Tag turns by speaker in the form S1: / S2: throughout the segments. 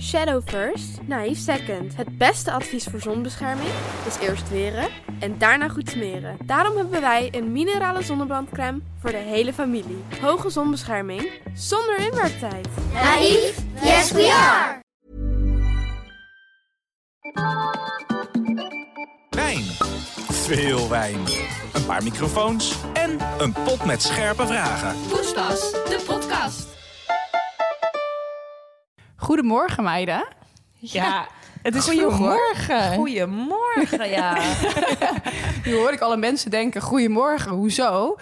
S1: Shadow first, naïef second. Het beste advies voor zonbescherming is eerst weren en daarna goed smeren. Daarom hebben wij een minerale zonnebrandcrème voor de hele familie. Hoge zonbescherming zonder inwerktijd.
S2: Naïef? Yes, we are!
S3: Wijn. Veel wijn. Een paar microfoons en een pot met scherpe vragen.
S4: Poespas, de podcast.
S5: Goedemorgen, meiden. Ja, het is goedemorgen.
S6: Goedemorgen, ja.
S5: Nu hoor ik alle mensen denken, goedemorgen, hoezo?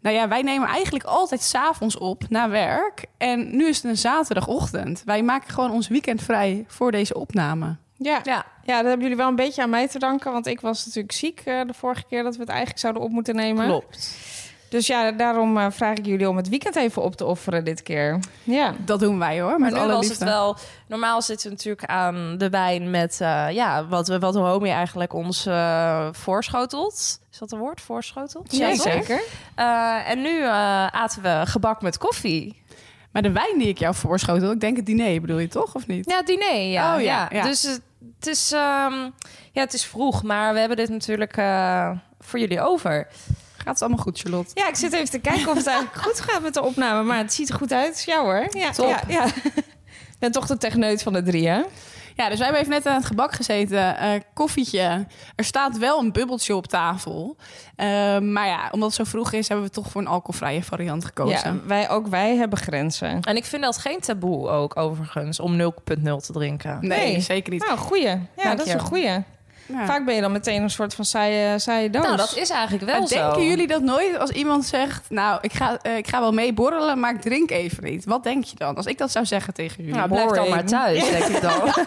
S5: Nou ja, wij nemen eigenlijk altijd s'avonds op na werk. En nu is het een zaterdagochtend. Wij maken gewoon ons weekend vrij voor deze opname.
S7: Ja.
S5: Ja.
S7: Ja. dat hebben jullie wel een beetje aan mij te danken. Want ik was natuurlijk ziek eh, de vorige keer dat we het eigenlijk zouden op moeten nemen.
S5: Klopt.
S7: Dus ja, daarom eh, vraag ik jullie om het weekend even op te offeren dit keer. Ja.
S5: Dat doen wij hoor, met
S6: Maar nu
S5: alle
S6: was
S5: liefde.
S6: het wel... Normaal zitten we natuurlijk aan de wijn met... eh, ja, wat, we- wat Homie eigenlijk ons eh, voorschotelt. Is dat een woord? Voorschotelt? Ja, toch? Eh, en nu eh, aten we gebak met koffie.
S5: Maar de wijn die ik jou voorschotel, ik denk het diner bedoel je toch, of niet?
S6: Ja, het diner, ja.
S5: Oh, ja, ja.
S6: Dus het, het is, ehm, ja, het is vroeg, maar we hebben dit natuurlijk eh, voor jullie over.
S5: Gaat het allemaal goed, Charlotte?
S7: Ja, ik zit even te kijken of het eigenlijk goed gaat met de opname. Maar het ziet er goed uit. Ja hoor. Ja,
S5: Top.
S7: Ja, ja. Ik ben toch de techneut van de drie, hè?
S5: Ja, dus wij hebben even net aan het gebak gezeten. eh, koffietje. Er staat wel een bubbeltje op tafel. Eh, maar ja, omdat het zo vroeg is, hebben we toch voor een alcoholvrije variant gekozen.
S7: Ja, wij, ook wij hebben grenzen.
S6: En ik vind dat geen taboe ook, overigens, om 0.0 te drinken.
S5: Nee,
S7: Nee.
S5: zeker niet.
S7: Nou, goeie. Ja,
S6: Dank
S7: dat is
S6: je.
S7: een goeie.
S5: Ja.
S7: Vaak ben je dan meteen een soort van saaie, saaie doos.
S6: Nou, dat is eigenlijk wel
S5: Maar
S6: zo.
S5: denken jullie dat nooit als iemand zegt... nou, ik ga, eh, ik ga wel mee borrelen, maar ik drink even niet. Wat denk je dan als ik dat zou zeggen tegen jullie?
S6: Nou, blijf dan
S7: boring.
S6: maar thuis, denk ik dan.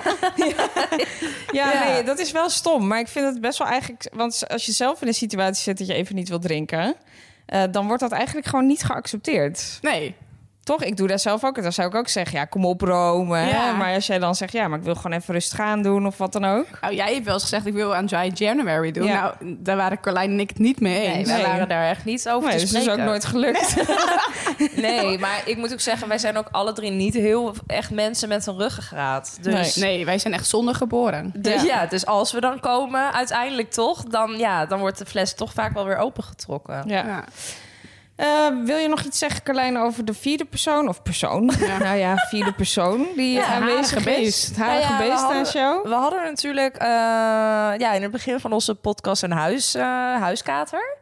S7: Ja,
S6: Ja.
S7: nee, dat is wel stom. Maar ik vind het best wel eigenlijk... Want als je zelf in een situatie zit dat je even niet wil drinken... eh, dan wordt dat eigenlijk gewoon niet geaccepteerd.
S5: Nee,
S7: Toch? Ik doe dat zelf ook. En dan zou ik ook zeggen, ja, kom op Rome. hè.
S5: Ja.
S7: Maar als jij dan zegt, ja, maar ik wil gewoon even rustig aan doen of wat dan ook.
S5: nou, jij hebt wel eens gezegd, ik wil aan Dry January doen.
S7: Ja.
S5: Nou, daar waren Carlijn en ik het niet mee
S6: Nee,
S5: eens.
S6: wij
S7: Nee.
S6: waren daar echt niet over
S7: Nee,
S6: te
S7: dus dat is
S6: spreken.
S7: ook nooit gelukt.
S6: Nee, maar ik moet ook zeggen, wij zijn ook alle drie niet heel echt mensen met een ruggengraat. Dus,
S7: Nee.
S5: Nee, wij zijn echt zonder geboren.
S6: dus ja. dus als we dan komen, uiteindelijk toch, dan, ja, dan wordt de fles toch vaak wel weer opengetrokken.
S7: Ja.
S5: Ja.
S7: Eh, wil je nog iets zeggen, Carlijn, over de vierde persoon? Of persoon? Nou ja, vierde persoon die
S6: Ja,
S7: aanwezig
S5: harige
S7: is.
S5: beest.
S7: Het harige
S6: Nou ja, we
S7: beest aan
S6: hadden-
S7: show.
S6: We hadden natuurlijk eh, ja, in het begin van onze podcast een huis, eh, huiskater.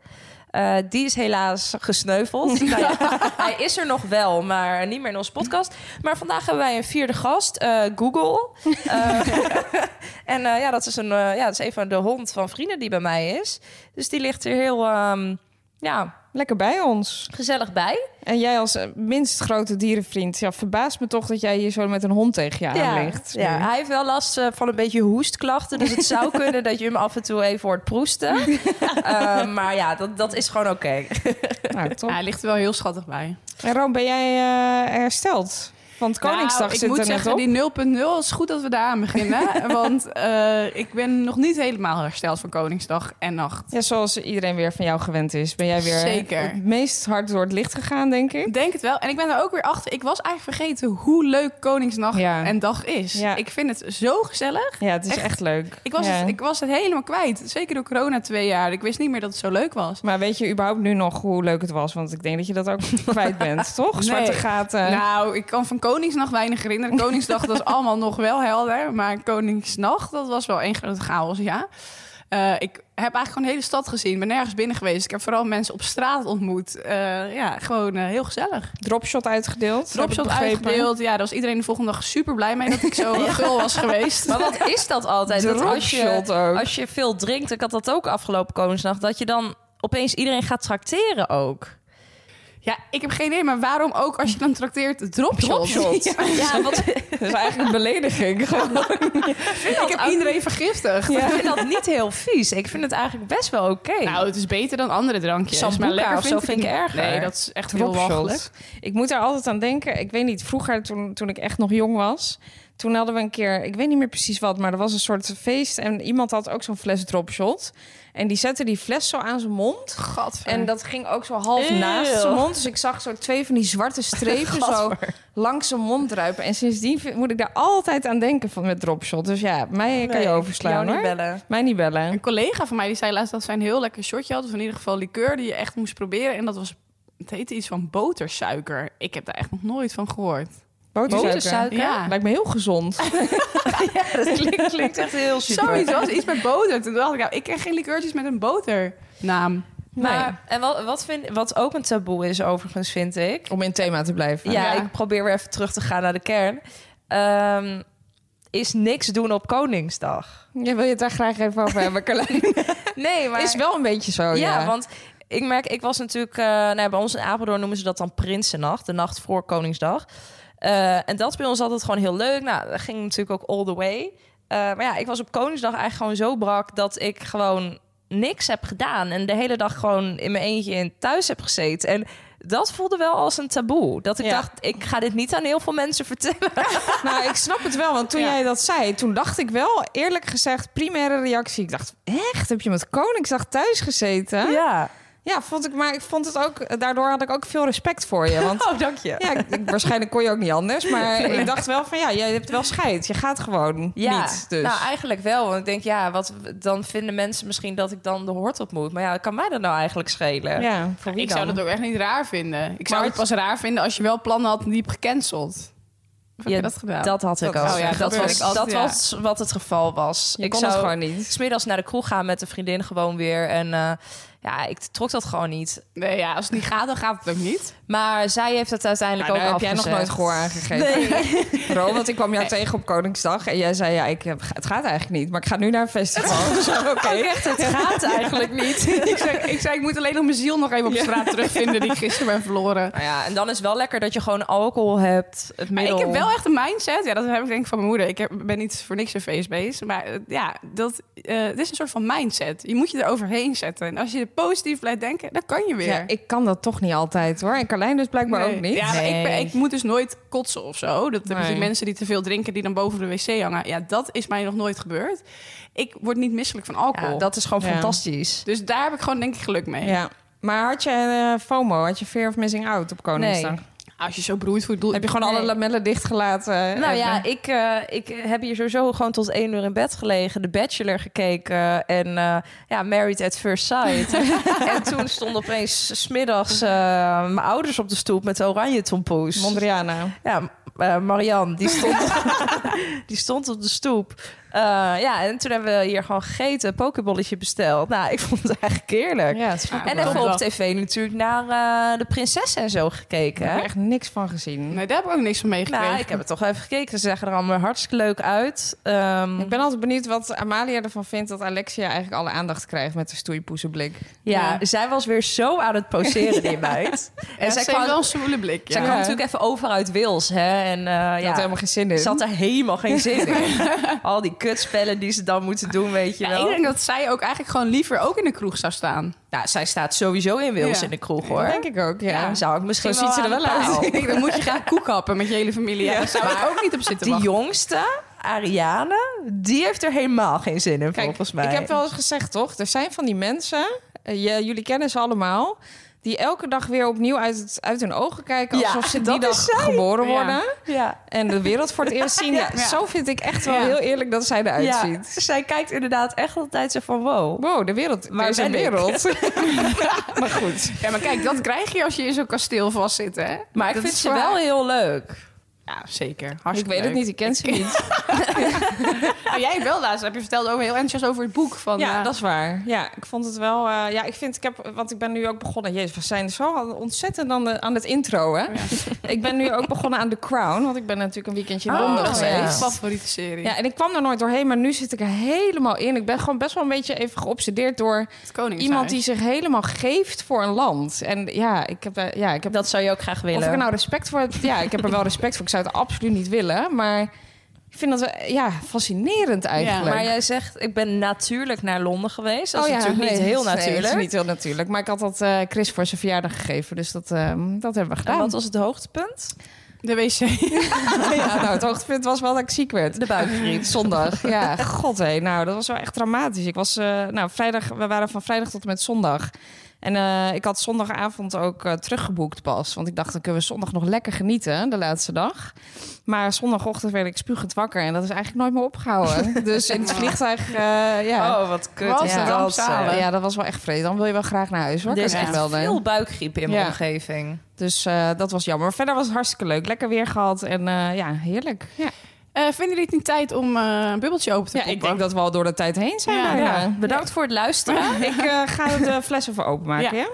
S6: Eh, die is helaas gesneuveld. Nou ja, hij is er nog wel, maar niet meer in onze podcast. Maar vandaag hebben wij een vierde gast, eh, Google. Eh, en eh, ja, dat is een, eh, ja, dat is een van de hond van vrienden die bij mij is. Dus die ligt er heel ehm, ja,
S7: Lekker bij ons.
S6: gezellig bij.
S7: En jij als eh, minst grote dierenvriend, ja, verbaast me toch dat jij hier zo met een hond tegen je aan ligt.
S6: ja, hij heeft wel last eh, van een beetje hoestklachten. Dus het zou kunnen dat je hem af en toe even hoort proesten. Eh, maar ja, dat, dat is gewoon oké.
S7: Nou, top.
S5: Ja, hij ligt er wel heel schattig bij.
S7: En Room, ben jij eh, hersteld? Want Koningsdag
S5: Nou, ik
S7: zit
S5: moet
S7: er net
S5: zeggen,
S7: op.
S5: die 0.0 is goed dat we daar aan beginnen. want eh, ik ben nog niet helemaal hersteld van Koningsdag en nacht.
S7: Ja, zoals iedereen weer van jou gewend is, ben jij weer
S5: Zeker.
S7: het meest hard door het licht gegaan, denk ik.
S5: Ik denk het wel. En ik ben er ook weer achter. Ik was eigenlijk vergeten hoe leuk Koningsnacht
S7: Ja.
S5: en dag is.
S7: Ja.
S5: Ik vind het zo gezellig.
S7: Ja, het is
S5: Echt?
S7: echt, leuk.
S5: Ik was,
S7: Ja.
S5: het, ik was het helemaal kwijt. Zeker door corona twee jaar. Ik wist niet meer dat het zo leuk was.
S7: Maar weet je überhaupt nu nog hoe leuk het was? Want ik denk dat je dat ook kwijt bent, toch?
S5: Nee.
S7: Zwarte
S6: Eh?
S7: gaten.
S5: Nou, ik kan van Koningsnacht weinig herinneren. Koningsdag, dat is allemaal nog wel helder. Maar Koningsnacht, dat was wel één grote chaos, ja. Eh, ik heb eigenlijk gewoon de hele stad gezien. Ik ben nergens binnen geweest. Ik heb vooral mensen op straat ontmoet. Eh, ja, gewoon eh, heel gezellig.
S7: Dropshot uitgedeeld. heb ik
S5: Dropshot
S7: begrepen.
S5: uitgedeeld. Ja, daar was iedereen de volgende dag super blij mee dat ik zo een gul was geweest.
S6: Maar wat is dat altijd? Dat als, je,
S7: Dropshot ook.
S6: als je veel drinkt, ik had dat ook afgelopen Koningsnacht... dat je dan opeens iedereen gaat tracteren ook.
S5: Ja, ik heb geen idee, maar waarom ook als je dan trakteert dropshot?
S7: Dropshot.
S5: Ja,
S6: Ja, wat,
S7: Dat is eigenlijk een belediging. Gewoon.
S5: ik heb iedereen vergiftigd.
S6: ik vind dat niet heel vies. Ik vind het eigenlijk best wel oké.
S5: Nou, het is beter dan andere drankjes.
S6: Sambuca
S5: maar lekker
S6: of zo vind ik
S5: het niet.
S6: erger.
S5: Nee, dat is echt heel
S7: Dropshot.
S5: walgelijk.
S7: Ik moet daar altijd aan denken. Ik weet niet, vroeger toen, toen ik echt nog jong was... Toen hadden we een keer, ik weet niet meer precies wat, maar er was een soort feest. En iemand had ook zo'n fles dropshot. En die zette die fles zo aan zijn mond.
S5: Gadver.
S7: En dat ging ook zo half
S6: eh. Eeuw.
S7: naast zijn mond. Dus ik zag zo twee van die zwarte strepen zo langs zijn mond druipen. En sindsdien vind- moet ik daar altijd aan denken van met dropshot. Dus ja, mij kan je overslaan
S6: jou
S7: hoor.
S6: niet bellen.
S7: Mij niet bellen.
S5: Een collega van mij die zei laatst dat zij een heel lekker shotje had. Of in ieder geval liqueur die je echt moest proberen. En dat was, het heette iets van botersuiker. Ik heb daar echt nog nooit van gehoord.
S7: Botersuiker.
S6: Botersuiker?
S5: Ja.
S7: Lijkt me heel gezond.
S6: Ja, dat klinkt, klinkt echt heel super.
S5: Zoiets was iets met boter. Toen dacht ik, ja, ik ken geen liqueurtjes met een boternaam.
S6: Maar, En wat, wat, vind, wat ook een taboe is overigens, vind ik.
S7: Om in het thema te blijven.
S6: Ja,
S5: Ja.
S6: ik probeer weer even terug te gaan naar de kern. Ehm, is niks doen op Koningsdag.
S7: Ja, wil je het daar graag even over hebben, Carlijn?
S6: Nee, maar...
S7: Is wel een beetje zo, Oh, ja.
S6: ja, want ik merk, ik was natuurlijk... eh, nou, ja, bij ons in Apeldoorn noemen ze dat dan Prinsennacht. De nacht voor Koningsdag. Eh, en dat is bij ons altijd gewoon heel leuk. Nou, dat ging natuurlijk ook all the way. Eh, maar ja, ik was op Koningsdag eigenlijk gewoon zo brak... dat ik gewoon niks heb gedaan. En de hele dag gewoon in mijn eentje in thuis heb gezeten. En dat voelde wel als een taboe. Dat ik
S7: Ja.
S6: dacht, ik ga dit niet aan heel veel mensen vertellen.
S7: Nou, ik snap het wel, want toen
S5: Ja.
S7: jij dat zei, toen dacht ik wel, eerlijk gezegd, primaire reactie. Ik dacht, echt? Heb je met Koningsdag thuis gezeten? Ja, vond ik, maar ik vond het ook, daardoor had ik ook veel respect voor je. Want
S6: Oh, dank je.
S7: ja, ik- ik- waarschijnlijk kon je ook niet anders, maar ik dacht wel van, ja, jij hebt wel scheid. Je gaat gewoon
S6: Ja,
S7: niet, dus.
S6: nou eigenlijk wel. Want ik denk, ja, wat, dan vinden mensen misschien dat ik dan de hort op moet. Maar ja, kan mij dat nou eigenlijk schelen?
S7: ja, voor wie
S5: Ik zou
S7: dan?
S5: dat ook echt niet raar vinden. Ik zou
S7: Maar
S5: het pas raar vinden als je wel plannen had die je hebt gecanceld. Of heb
S6: Ja,
S5: je dat gedaan?
S6: Dat had ik
S5: Dat-
S6: ook.
S5: oh ja,
S6: dat
S5: dat
S6: was,
S5: ik altijd,
S6: dat
S5: ja.
S6: was wat het geval was.
S7: Je
S6: ik
S7: kon
S6: zou
S7: het gewoon niet.
S6: smiddags naar de kroeg gaan met een vriendin gewoon weer. En eh, ja, ik trok dat gewoon niet.
S5: Nee, ja, als het niet gaat, dan gaat het ook niet.
S6: Maar zij heeft het uiteindelijk
S7: Nou,
S6: ook
S7: daar heb jij
S6: afgezegd.
S7: nog nooit gehoor aangegeven. Ro, want ik kwam jou tegen op Koningsdag en jij zei, ja, ik, heb- het gaat eigenlijk niet, maar ik ga nu naar een festival. Dus oké.
S6: Het gaat eigenlijk niet.
S5: ik, zei, ik zei, ik moet alleen nog mijn ziel nog even op straat terugvinden die ik gisteren ben verloren.
S6: Nou ja, en dan is wel lekker dat je gewoon alcohol hebt. Het
S5: Maar
S6: middel.
S5: ik heb wel echt een mindset. Ja, dat heb ik denk ik van mijn moeder. Ik heb, ben niet voor niks een feestbeest. Maar eh, ja, dat, eh, het is een soort van mindset. Je moet je er overheen zetten. En als je er positief blijft denken, dan kan je weer.
S7: Ja, ik kan dat toch niet altijd hoor. En Carlijn dus blijkbaar
S5: Nee.
S7: ook niet.
S5: Ja, maar ik, ben-
S6: Nee.
S5: ik moet dus nooit kotsen of zo. Dat hebben
S7: Nee.
S5: die mensen die te veel drinken, die dan boven de wc hangen. Ja, dat is mij nog nooit gebeurd. Ik word niet misselijk van alcohol.
S6: Ja, dat is gewoon
S7: Ja.
S6: fantastisch.
S5: Dus daar heb ik gewoon denk ik geluk mee.
S7: Ja. Maar had je eh, FOMO, had je Fear of Missing Out op Koningsdag?
S6: Nee.
S5: Als je zo broeit voelt, doe
S7: Heb je gewoon alle
S6: Nee.
S7: lamellen dichtgelaten?
S6: Nou ja, ik, eh, ik heb hier sowieso gewoon tot één uur in bed gelegen. The Bachelor gekeken en eh, ja, Married at First Sight. en toen stonden opeens smiddags eh, mijn ouders op de stoep met de oranje tompoes.
S7: Mondriana.
S6: ja, eh, Marianne, die stond, die stond op de stoep. Eh, ja, en toen hebben we hier gewoon gegeten, een pokebolletje besteld. Nou, ik vond het eigenlijk heerlijk.
S7: Ja, dat snap ik
S6: En
S7: wel.
S6: even op tv natuurlijk naar eh, de prinses en zo gekeken.
S7: Ik
S6: hè?
S7: heb er echt niks van gezien.
S5: Nee, daar heb ik ook niks van meegekregen.
S6: Nou, ik heb het toch even gekeken. Ze zeggen er allemaal hartstikke leuk uit. Ehm,
S7: Ik ben altijd benieuwd wat Amalia ervan vindt dat Alexia eigenlijk alle aandacht krijgt met de stoeipoezenblik.
S6: ja,
S5: ja.
S6: zij was weer zo aan het poseren, die meid. En
S5: en
S6: zij
S5: zij
S6: kwam-
S5: wel een zwoele blik.
S6: Zij
S5: Ja.
S6: kwam
S7: Ja.
S6: natuurlijk even over uit Wils. Hè? En eh,
S7: Ja. Had
S6: ja,
S7: helemaal geen zin in.
S6: ze had er helemaal geen zin in. Al die kutspellen die ze dan moeten doen, weet je
S5: Ja, ik
S6: wel.
S5: denk dat zij ook eigenlijk gewoon liever ook in de kroeg zou staan.
S6: Nou, zij staat sowieso in Wils
S5: Ja.
S6: in de kroeg, hoor.
S7: Dat denk ik ook, ja.
S6: Ja, zou ik misschien
S7: Zo ziet ze er
S6: aan
S7: wel
S6: de
S7: uit.
S6: paal.
S5: Ik denk, dan moet je gaan koekhappen met je hele familie. Ja, daar zou ik ook niet op zitten
S6: Die
S5: wachten.
S6: jongste, Ariane, die heeft er helemaal geen zin in,
S7: Kijk,
S6: volgens mij.
S7: ik heb wel eens gezegd, toch? Er zijn van die mensen, eh, je- jullie kennen ze allemaal... die elke dag weer opnieuw uit, het, uit hun ogen kijken...
S6: Ja,
S7: alsof ze die
S6: dat
S7: dag
S6: is zij.
S7: geboren
S5: Ja.
S7: worden.
S6: Ja.
S7: En de wereld voor het eerst zien. Ja,
S5: Ja.
S7: Zo vind ik echt wel
S5: Ja.
S7: heel eerlijk dat zij eruit
S6: ja,
S7: ziet.
S6: zij kijkt inderdaad echt altijd zo van wow.
S7: Wow, de wereld.
S6: Waar
S7: er is een
S6: ben ik?
S7: wereld. maar goed.
S5: Ja, maar kijk, dat krijg je als je in zo'n kasteel vastzit, hè?
S6: Maar ik
S5: Dat
S6: vind
S5: is
S6: ze
S5: voor
S6: wel
S5: haar-
S6: heel leuk.
S5: Ja, zeker.
S7: ik
S5: Hartstikke
S7: weet het
S5: leuk.
S7: niet, ik ken ze niet.
S5: Nou, jij wel laatst, heb je verteld over heel enthousiast over het boek. Van,
S7: Ja,
S5: eh,
S7: dat is waar. Ja, ik vond het wel... eh, ja, ik vind... Ik heb, want ik ben nu ook begonnen... Jezus, we zijn zo al ontzettend aan, de, aan het intro, hè? Ik ben nu ook begonnen aan The Crown. Want ik ben natuurlijk een weekendje in Londen
S5: dat is echt
S7: geweest.
S5: mijn
S6: geweest.
S5: favoriete serie.
S7: Oh, Ja, en ik kwam er nooit doorheen, maar nu zit ik er helemaal in. Ik ben gewoon best wel een beetje even geobsedeerd door
S5: het Koningshuis.
S7: iemand die zich helemaal geeft voor een land. En ja, ik heb, daar- ja, ik heb
S6: Dat zou je ook graag willen.
S7: Of ik er nou respect voor heb? Ja, ik heb er wel respect voor. Ik zou het absoluut niet willen, maar ik vind dat wel, ja, fascinerend eigenlijk. Oh
S5: Ja,
S6: maar jij zegt, ik ben natuurlijk naar Londen geweest. Dat is
S7: ja,
S6: natuurlijk niet
S7: nee,
S6: heel
S7: nee, het is
S6: natuurlijk.
S7: niet heel natuurlijk. Maar ik had dat eh, Chris voor zijn verjaardag gegeven, dus dat, ehm, dat hebben we
S6: En
S7: gedaan.
S6: wat was het hoogtepunt?
S5: De wc. Eh,
S7: ja, nou, het hoogtepunt was wel dat ik ziek werd.
S6: De buikgriep.
S7: Zondag. Ja, god hé. Nou, dat was wel echt dramatisch. Ik was, eh, nou, vrijdag, we waren van vrijdag tot en met zondag. En eh, ik had zondagavond ook eh, teruggeboekt pas. Want ik dacht, dan kunnen we zondag nog lekker genieten, de laatste dag. Maar zondagochtend werd ik spuugend wakker. En dat is eigenlijk nooit meer opgehouden. dus in het vliegtuig, eh, ja.
S6: Oh, wat kut.
S5: Wat
S6: is
S7: een
S6: dat,
S5: rampzalig.
S6: zeg.
S7: ja, dat was wel echt vreemd. Dan wil je wel graag naar huis, hoor.
S6: Er is
S7: Kan ik
S6: echt
S7: wel doen.
S6: veel buikgriep in mijn
S7: Ja.
S6: omgeving.
S7: Dus eh, dat was jammer. Maar Verder was het hartstikke leuk. Lekker weer gehad. En eh, ja, heerlijk. Ja.
S5: Eh, vinden jullie het niet tijd om eh, een bubbeltje open te
S7: Ja,
S5: poppen?
S7: ik denk dat we al door de tijd heen zijn.
S5: Ja,
S7: bijna.
S5: ja.
S6: Bedankt voor het luisteren.
S7: Ik eh, ga de fles even openmaken.
S5: Ja.
S7: Ja.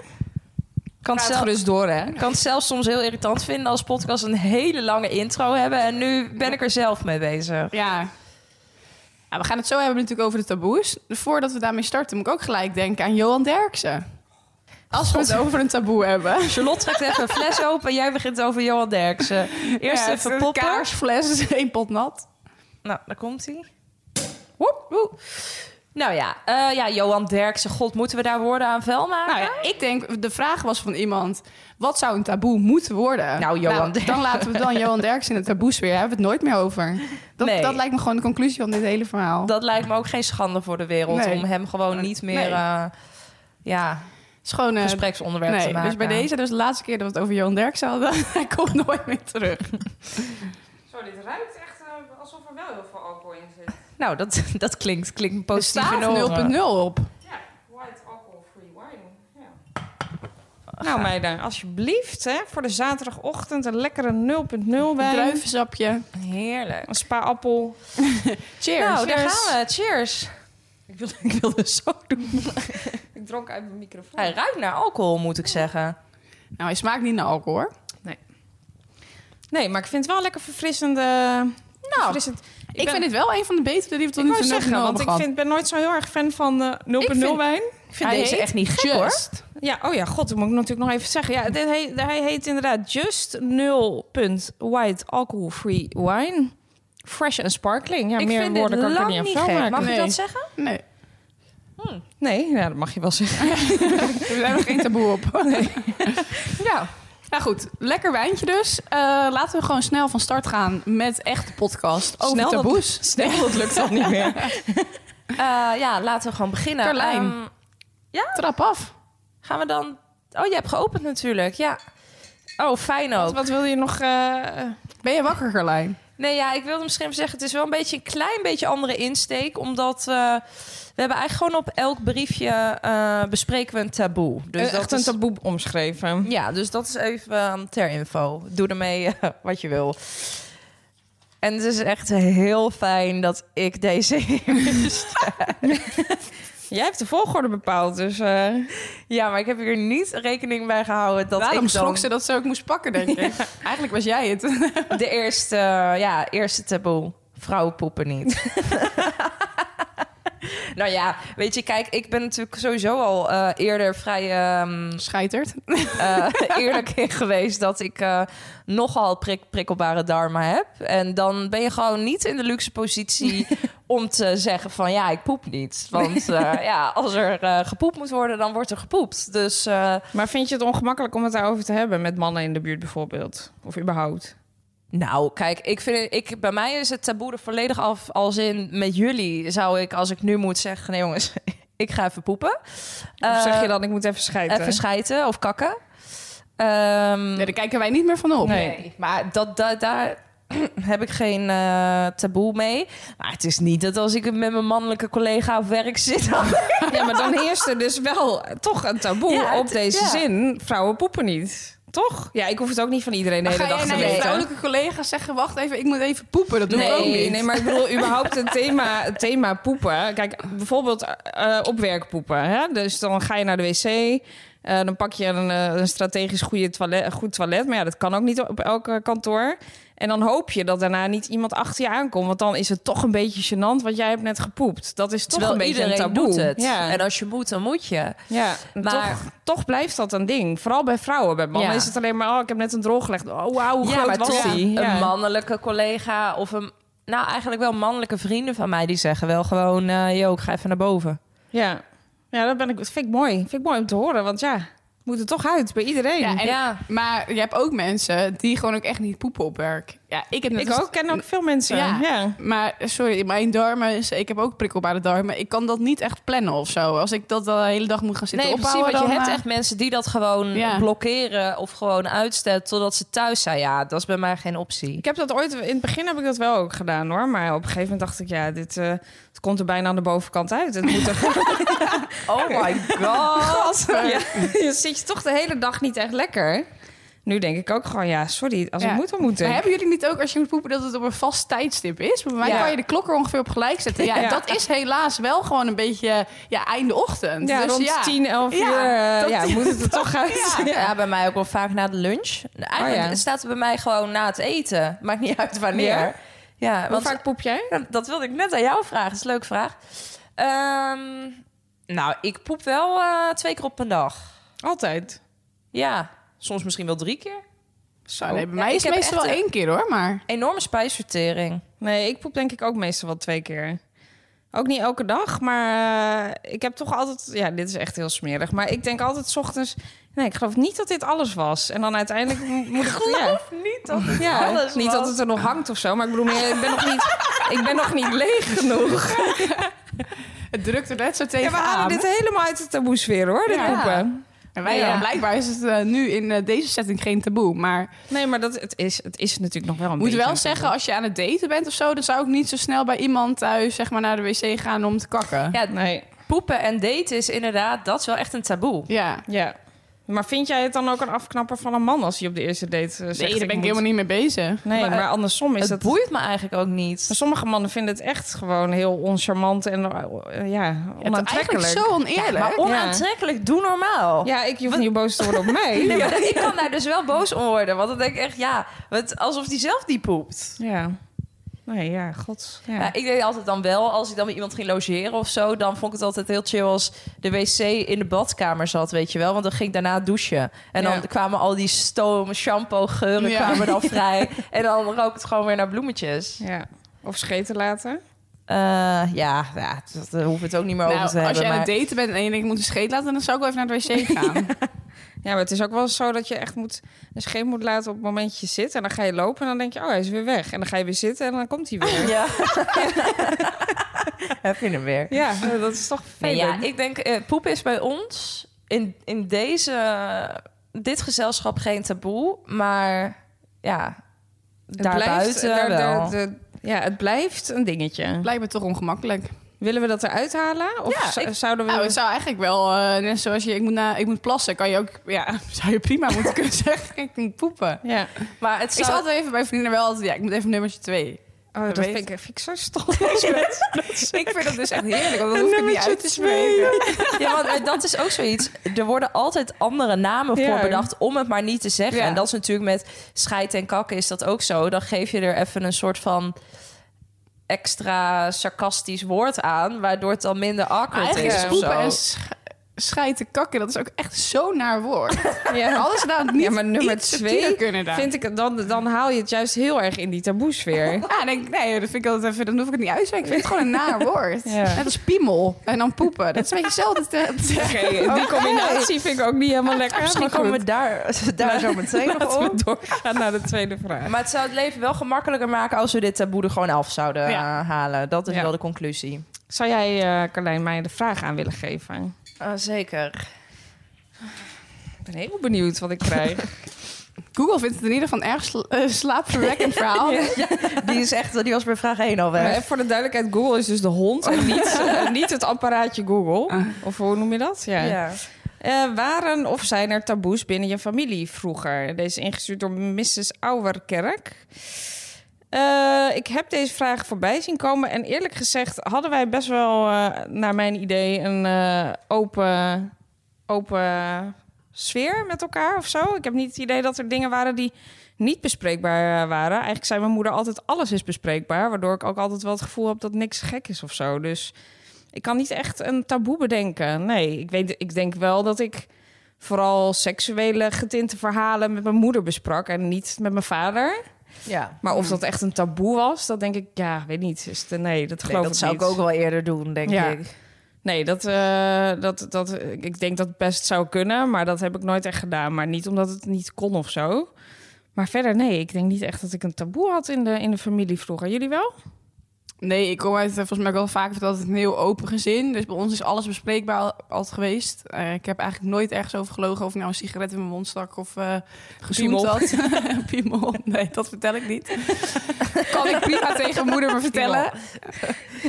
S6: Kan het,
S7: Praat
S6: zelf,
S7: gerust door, hè?
S6: kan het zelfs soms heel irritant vinden als podcasts een hele lange intro hebben. En nu ben ik er zelf mee bezig.
S5: Ja. Ja, we gaan het zo hebben natuurlijk over de taboes. Voordat we daarmee starten, moet ik ook gelijk denken aan Johan Derksen. Als we het over een taboe hebben.
S6: Charlotte trekt even een fles open en jij begint over Johan Derksen. Eerst
S5: Ja,
S6: even
S5: een
S6: poppen.
S5: kaarsfles, één pot nat.
S6: Nou, daar komt hij. Woep, woep. Nou ja, eh, ja, Johan Derksen. God, moeten we daar woorden aan vuil maken?
S5: Nou ja, ik denk, de vraag was van iemand... wat zou een taboe moeten worden?
S6: Nou, Johan Derksen.
S5: Dan laten we dan Johan Derksen in de taboesfeer. Daar hebben we het nooit meer over. Dat,
S6: Nee.
S5: dat lijkt me gewoon de conclusie van dit hele verhaal.
S6: Dat lijkt me ook geen schande voor de wereld
S5: Nee.
S6: om hem gewoon niet meer
S5: Nee.
S6: eh, ja,
S5: is gewoon... eh,
S6: gespreksonderwerp
S5: nee,
S6: te maken.
S5: dus bij deze, dus de laatste keer dat we het over Johan Derksen hadden... hij komt nooit meer terug.
S7: Zo, dit ruikt echt eh, alsof er wel heel veel alcohol in zit.
S6: Nou, dat, dat klinkt, klinkt
S5: Er
S6: positief in de oren.
S5: staat 0.0 op.
S7: Ja, white alcohol free wine. Nou meiden, alsjeblieft hè, voor de zaterdagochtend een lekkere 0.0 wijn.
S5: Druivensapje.
S6: Heerlijk.
S7: Een spa appel.
S5: Cheers.
S6: nou, daar
S5: Cheers.
S6: gaan we. Cheers. Ik wilde, ik wilde zo doen.
S7: Ik dronk uit mijn microfoon.
S6: Hij ruikt naar alcohol, moet ik zeggen.
S5: Nou, hij smaakt niet naar alcohol. hoor.
S7: Nee, maar ik vind het wel lekker verfrissende.
S5: Nou,
S7: verfrissend.
S5: ik,
S7: ben-
S5: vind dit wel een van de betere die we tot
S7: Ik
S5: nu
S7: wou
S5: toe
S7: zeggen,
S5: genomen
S7: want ik
S5: hebben
S7: vind, ben nooit zo heel erg fan van eh, 0.0
S5: vind-
S7: wijn.
S6: Ik vind
S5: Hij
S6: deze
S5: heet
S6: echt niet gek,
S5: gehad.
S6: hoor.
S5: Just.
S7: Ja, oh ja, god, dat moet ik natuurlijk nog even zeggen. Ja, dit heet, hij heet inderdaad Just 0. White Alcohol Free Wine. Fresh en sparkling. Ja,
S6: ik
S7: meer
S6: vind
S7: woorden
S6: dit
S7: kan ik er
S6: lang
S7: niet aan vuil
S6: niet gek.
S7: maken.
S6: Mag
S5: Nee.
S6: ik dat zeggen?
S5: Nee,
S7: Nee, ja, dat mag je wel zeggen.
S5: we hebben er geen taboe op.
S6: Ja.
S5: Nou goed, lekker wijntje dus. Eh, laten we gewoon snel van start gaan met echt de podcast over
S7: Snel, dat-
S5: taboes.
S7: Snel, dat lukt dat niet meer.
S6: Eh, ja, laten we gewoon beginnen.
S5: Carlijn.
S6: Ehm,
S5: Trap af.
S6: gaan we dan... Oh, je hebt geopend natuurlijk, ja. Oh, fijn ook.
S7: Wat wil je nog? eh,
S5: Ben je wakker, Carlijn?
S6: Nee, ja, ik wilde misschien even zeggen... het is wel een beetje een klein beetje andere insteek... omdat eh, we hebben eigenlijk gewoon op elk briefje... eh, bespreken we een taboe. Dus
S7: eh, echt een
S6: is-
S7: taboe omschreven.
S6: Ja, dus dat is even eh, ter info. Doe ermee eh, wat je wil. En het is echt heel fijn dat ik deze
S7: Jij hebt de volgorde bepaald, dus... eh,
S6: Ja, maar ik heb hier niet rekening bij gehouden dat
S5: Daarom
S6: ik dan
S5: schrok ze dat ze ook moest pakken, denk ik. Eigenlijk was jij het.
S6: de eerste, eh, ja, eerste taboe. Vrouwen poepen niet. nou ja, weet je, kijk, ik ben natuurlijk sowieso al eh, eerder vrij ehm,
S5: Scheiterd.
S6: eh, eerlijk in geweest dat ik eh, nogal prik prikkelbare darmen heb. En dan ben je gewoon niet in de luxe positie om te zeggen van ja, ik poep niet. Want eh, ja, als er eh, gepoept moet worden, dan wordt er gepoept. Dus eh,
S7: Maar vind je het ongemakkelijk om het daarover te hebben met mannen in de buurt bijvoorbeeld? Of überhaupt?
S6: Nou, kijk, ik vind, ik, bij mij is het taboe er volledig af. Als in met jullie zou ik, als ik nu moet zeggen, nee jongens, ik ga even poepen.
S7: Of zeg je
S6: Eh,
S7: dan, ik moet even schijten?
S6: Even schijten of kakken. Ehm,
S5: Nee, daar kijken wij niet meer van op.
S6: nee. maar dat, dat, daar heb ik geen eh, taboe mee. Maar het is niet dat als ik met mijn mannelijke collega op werk zit.
S7: Ja, maar dan heerst er dus wel toch een taboe
S6: Ja, het-
S7: op deze
S6: ja.
S7: zin. Vrouwen poepen niet. Toch? Ja, ik hoef het ook niet van iedereen de
S5: Dan
S7: hele
S5: ga
S7: dag
S5: jij
S7: te
S5: naar je
S6: weten.
S5: vrouwelijke collega's zeggen... wacht even, ik moet even poepen. Dat doe ik ook
S7: Nee,
S5: niet.
S7: nee, maar ik bedoel überhaupt het thema, het thema poepen. Kijk, bijvoorbeeld eh, op werk poepen. Hè? Dus dan ga je naar de wc. eh, dan pak je een, eh, een strategisch goede toilet, een goed toilet. Maar ja, dat kan ook niet op elke kantoor. En dan hoop je dat daarna niet iemand achter je aankomt. Want dan is het toch een beetje gênant, want jij hebt net gepoept. Dat is toch
S6: Terwijl
S7: een beetje een
S6: iedereen
S7: taboe.
S6: doet het.
S7: Ja.
S6: En als je moet, dan moet je.
S7: Ja,
S6: Maar-
S7: toch, toch blijft dat een ding. Vooral bij vrouwen. Bij mannen
S6: Ja.
S7: is het alleen maar, oh, ik heb net een drol gelegd. Oh, wauw, hoe
S6: ja,
S7: groot
S6: maar
S7: was
S6: toch
S7: die? Ja.
S6: een mannelijke collega of een... Nou, eigenlijk wel mannelijke vrienden van mij die zeggen wel gewoon... eh yo, ik ga even naar boven.
S7: Ja. ja, dat, ben ik, dat vind ik mooi. Vind ik mooi om te horen, want ja... Moet er toch uit bij iedereen.
S5: Ja, en-
S6: Ja.
S5: Maar je hebt ook mensen die gewoon ook echt niet poepen op werk. Ja, ik heb net
S7: ik
S5: als-
S7: ook ken ook veel mensen.
S5: Ja.
S7: Ja.
S5: Maar sorry, mijn darmen, is, ik heb ook prikkelbare darmen. Ik kan dat niet echt plannen of zo. Als ik dat de hele dag moet gaan zitten
S6: Nee, precies.
S5: opbouwen...
S6: Want je
S5: dan,
S6: hebt
S5: eh,
S6: echt mensen die dat gewoon
S5: Ja.
S6: blokkeren of gewoon uitstellen totdat ze thuis zijn. Ja, dat is bij mij geen optie.
S7: Ik heb dat ooit, in het begin heb ik dat wel ook gedaan hoor. Maar op een gegeven moment dacht ik, ja, dit eh, het komt er bijna aan de bovenkant uit. Het moet er
S6: Oh my god.
S7: Ja, je zit je toch de hele dag niet echt lekker. Nu denk ik ook gewoon, ja, sorry, als
S5: Ja.
S7: het moet, dan moet
S5: Maar
S7: het.
S5: hebben jullie niet ook, als je moet poepen, dat het op een vast tijdstip is? Bij mij
S7: Ja.
S5: kan je de klok er ongeveer op gelijk zetten. Ja,
S7: Ja.
S5: dat is helaas wel gewoon een beetje ja, einde ochtend.
S7: Ja,
S5: dus
S7: rond
S5: ja.
S7: 10, 11
S5: Ja,
S7: uur eh,
S5: dat-
S7: ja, moet het er toch uit.
S6: Ja. bij mij ook wel vaak na de lunch. Eigenlijk
S7: Oh ja.
S6: staat het bij mij gewoon na het eten. Maakt niet uit wanneer. Ja,
S7: Ja? Hoe
S6: want
S7: vaak poep jij?
S6: dat wilde ik net aan jou vragen. Dat is een leuke vraag. Ehm, nou, ik poep wel eh, twee keer op een dag.
S7: Altijd.
S6: Ja, soms misschien wel drie keer.
S5: Zo, nee, bij
S6: Ja,
S5: mij
S6: ik
S5: is het
S6: heb
S5: meestal
S6: echt
S5: wel
S6: een-
S5: één keer hoor, maar...
S6: Enorme spijsvertering.
S7: Nee, ik poep denk ik ook meestal wel twee keer. Ook niet elke dag, maar eh, ik heb toch altijd... Ja, dit is echt heel smerig. Maar ik denk altijd 's ochtends... Nee, ik geloof niet dat dit alles was. En dan uiteindelijk mo- moet ik... geloof niet dat het
S6: alles
S7: Niet
S6: was.
S7: dat het er nog hangt of zo. Maar ik bedoel, meer, ik ben nog niet, ik ben nog niet leeg genoeg.
S5: Het drukt er net zo
S7: Ja,
S5: tegen
S7: we halen dit helemaal uit de taboe sfeer hoor, dit
S5: Ja.
S7: poepen.
S5: En wij,
S6: Ja.
S5: ja, blijkbaar is het eh, nu in eh, deze setting geen taboe. Maar
S7: Nee, maar dat, het, is, het is natuurlijk nog wel een
S5: ik moet
S7: beetje
S5: wel
S7: een
S5: zeggen, als je aan het daten bent of zo... dan zou ik niet zo snel bij iemand thuis zeg maar, naar de wc gaan om te kakken.
S6: Ja,
S7: taboe. Nee,
S6: Poepen en daten is inderdaad, dat is wel echt een taboe.
S5: Ja.
S7: ja. Maar vind jij het dan ook een afknapper van een man als hij op de eerste date eh, zegt...
S5: Nee, daar ben ik
S7: moet-
S5: helemaal niet mee bezig.
S7: Nee,
S6: Maar, eh,
S7: maar, andersom is
S6: het
S7: dat...
S6: boeit me eigenlijk ook niet.
S7: Maar sommige mannen vinden het echt gewoon heel oncharmant en eh, ja,
S5: Het is eigenlijk
S7: onaantrekkelijk.
S5: zo oneerlijk.
S6: maar onaantrekkelijk, doe normaal.
S7: Ja, ik je hoeft niet boos te worden op
S6: Nee,
S7: mij.
S6: maar ik kan daar dus wel boos om worden. Want dan denk ik echt, ja, het, alsof die zelf die poept.
S7: Ja. Nee, ja, god. Ja.
S6: Ja, Nou, ik deed altijd dan wel, als ik dan met iemand ging logeren of zo... dan vond ik het altijd heel chill als de wc in de badkamer zat, weet je wel. Want dan ging ik daarna douchen. En
S7: Ja.
S6: dan kwamen al die stoom, shampoo, geuren
S5: Ja.
S6: kwamen dan vrij. En dan rook het gewoon weer naar bloemetjes.
S7: Ja. Of scheten laten.
S6: Eh, ja, ja, dat daar hoef ik het ook niet meer
S5: Nou,
S6: over
S5: als
S6: te hebben.
S5: je aan
S6: maar-
S5: het daten bent en je denkt, ik moet een scheet laten... dan zou ik wel even naar de wc gaan.
S7: Ja, maar het is ook wel zo dat je echt moet, een scheet moet laten op het moment dat je zit. En dan ga je lopen en dan denk je, oh, hij is weer weg. En dan ga je weer zitten en dan komt hij weer.
S6: Ja. Heb je hem weer.
S7: Ja, dat is toch
S6: Nee,
S7: vervelend.
S6: ja, ik denk, eh poepen is bij ons in, in deze, dit gezelschap geen taboe, maar ja,
S7: Het
S6: daarbuiten
S7: daar- daar-
S6: wel.
S7: de- ja, het blijft een dingetje.
S5: Blijkt me toch ongemakkelijk.
S7: Willen we dat eruit halen? Of
S6: Ja,
S7: zo-
S6: ik-
S7: zouden we...
S5: Nou, het zou eigenlijk wel, eh, net zoals je, ik moet, na, ik moet plassen, kan je ook, ja, zou je prima moeten kunnen zeggen, ik moet poepen.
S7: Ja.
S6: maar
S5: Ik
S6: het zou...
S5: zou altijd even bij vrienden wel altijd, ja, ik moet even nummertje twee.
S7: Oh, dat
S5: weet-
S7: vind ik, vind ik zo stom.
S5: Ik vind dat dus echt heerlijk, want dan hoef ik niet uit te spreken.
S6: Ja, want eh, dat is ook zoiets. Er worden altijd andere namen voor
S7: Ja.
S6: bedacht om het maar niet te zeggen.
S5: Ja.
S6: En dat is natuurlijk met scheid en kakken is dat ook zo. Dan geef je er even een soort van extra sarcastisch woord aan, waardoor het dan minder awkward
S5: Eigenlijk
S6: is
S5: is
S6: of
S5: poepen
S6: zo.
S5: en sch schijten kakken, dat is ook echt zo'n naar woord.
S7: Ja.
S5: Alles nou niet
S7: Ja, maar nummer
S5: iets subtieler
S7: twee
S5: kunnen daar.
S7: vind ik het dan, dan haal je het juist heel erg in die taboesfeer.
S5: Ja, dan denk ik, nee, dat vind ik altijd even, dan hoef ik het niet uit te spreken. Ik vind het gewoon een naar woord.
S7: Ja.
S5: Net als piemel en dan poepen. Dat is een beetje hetzelfde. te-
S7: die combinatie vind ik ook niet helemaal lekker.
S6: Misschien
S7: maar
S6: komen
S7: goed.
S6: we daar, daar zo meteen nog
S7: Laten
S6: op.
S7: we doorgaan naar de tweede vraag.
S6: Maar het zou het leven wel gemakkelijker maken als we dit taboe er gewoon af zouden
S5: Ja.
S6: eh, halen. Dat is
S7: Ja.
S6: wel de conclusie.
S7: Zou jij, eh Carlijn, mij de vraag aan willen geven?
S6: zeker.
S7: Ik ben heel benieuwd wat ik krijg.
S5: Google vindt het in ieder geval een erg sla- eh, slaapverwekkend verhaal.
S6: Die, is echt, die was bij vraag 1 al
S7: maar
S6: weg.
S7: even voor de duidelijkheid, Google is dus de hond en niet, eh, niet het apparaatje Google. Of hoe noem je dat? Ja.
S6: Ja.
S7: Eh, waren of zijn er taboes binnen je familie vroeger? Deze is ingestuurd door Mrs. Auerkerk. Eh, ik heb deze vraag voorbij zien komen. En eerlijk gezegd hadden wij best wel, eh, naar mijn idee, een eh, open, open sfeer met elkaar of zo. Ik heb niet het idee dat er dingen waren die niet bespreekbaar eh, waren. Eigenlijk zei mijn moeder altijd alles is bespreekbaar. Waardoor ik ook altijd wel het gevoel heb dat niks gek is of zo. Dus ik kan niet echt een taboe bedenken. Nee, ik, weet, ik denk wel dat ik vooral seksuele getinte verhalen met mijn moeder besprak en niet met mijn vader.
S6: ja.
S7: Maar
S5: Hmm.
S7: of dat echt een taboe was, dat denk ik, ja, weet niet. Is het- nee, dat geloof
S6: Nee, dat
S7: ik
S6: zou
S7: niet.
S6: ik ook wel eerder doen, denk
S7: Ja.
S6: ik.
S7: Nee, dat, eh, dat, dat, ik denk dat het best zou kunnen, maar dat heb ik nooit echt gedaan. Maar niet omdat het niet kon of zo. Maar verder, nee, ik denk niet echt dat ik een taboe had in de, in de familie vroeger. Jullie wel?
S5: Nee, ik kom uit, eh, volgens mij ook wel vaak verteld, een heel open gezin. Dus bij ons is alles bespreekbaar al- altijd geweest. Eh, ik heb eigenlijk nooit ergens over gelogen of ik nou een sigaret in mijn mond stak of eh gezoend
S7: Piemel.
S5: had. Piemel. Nee, dat vertel ik niet. kan ik prima tegen moeder me vertellen.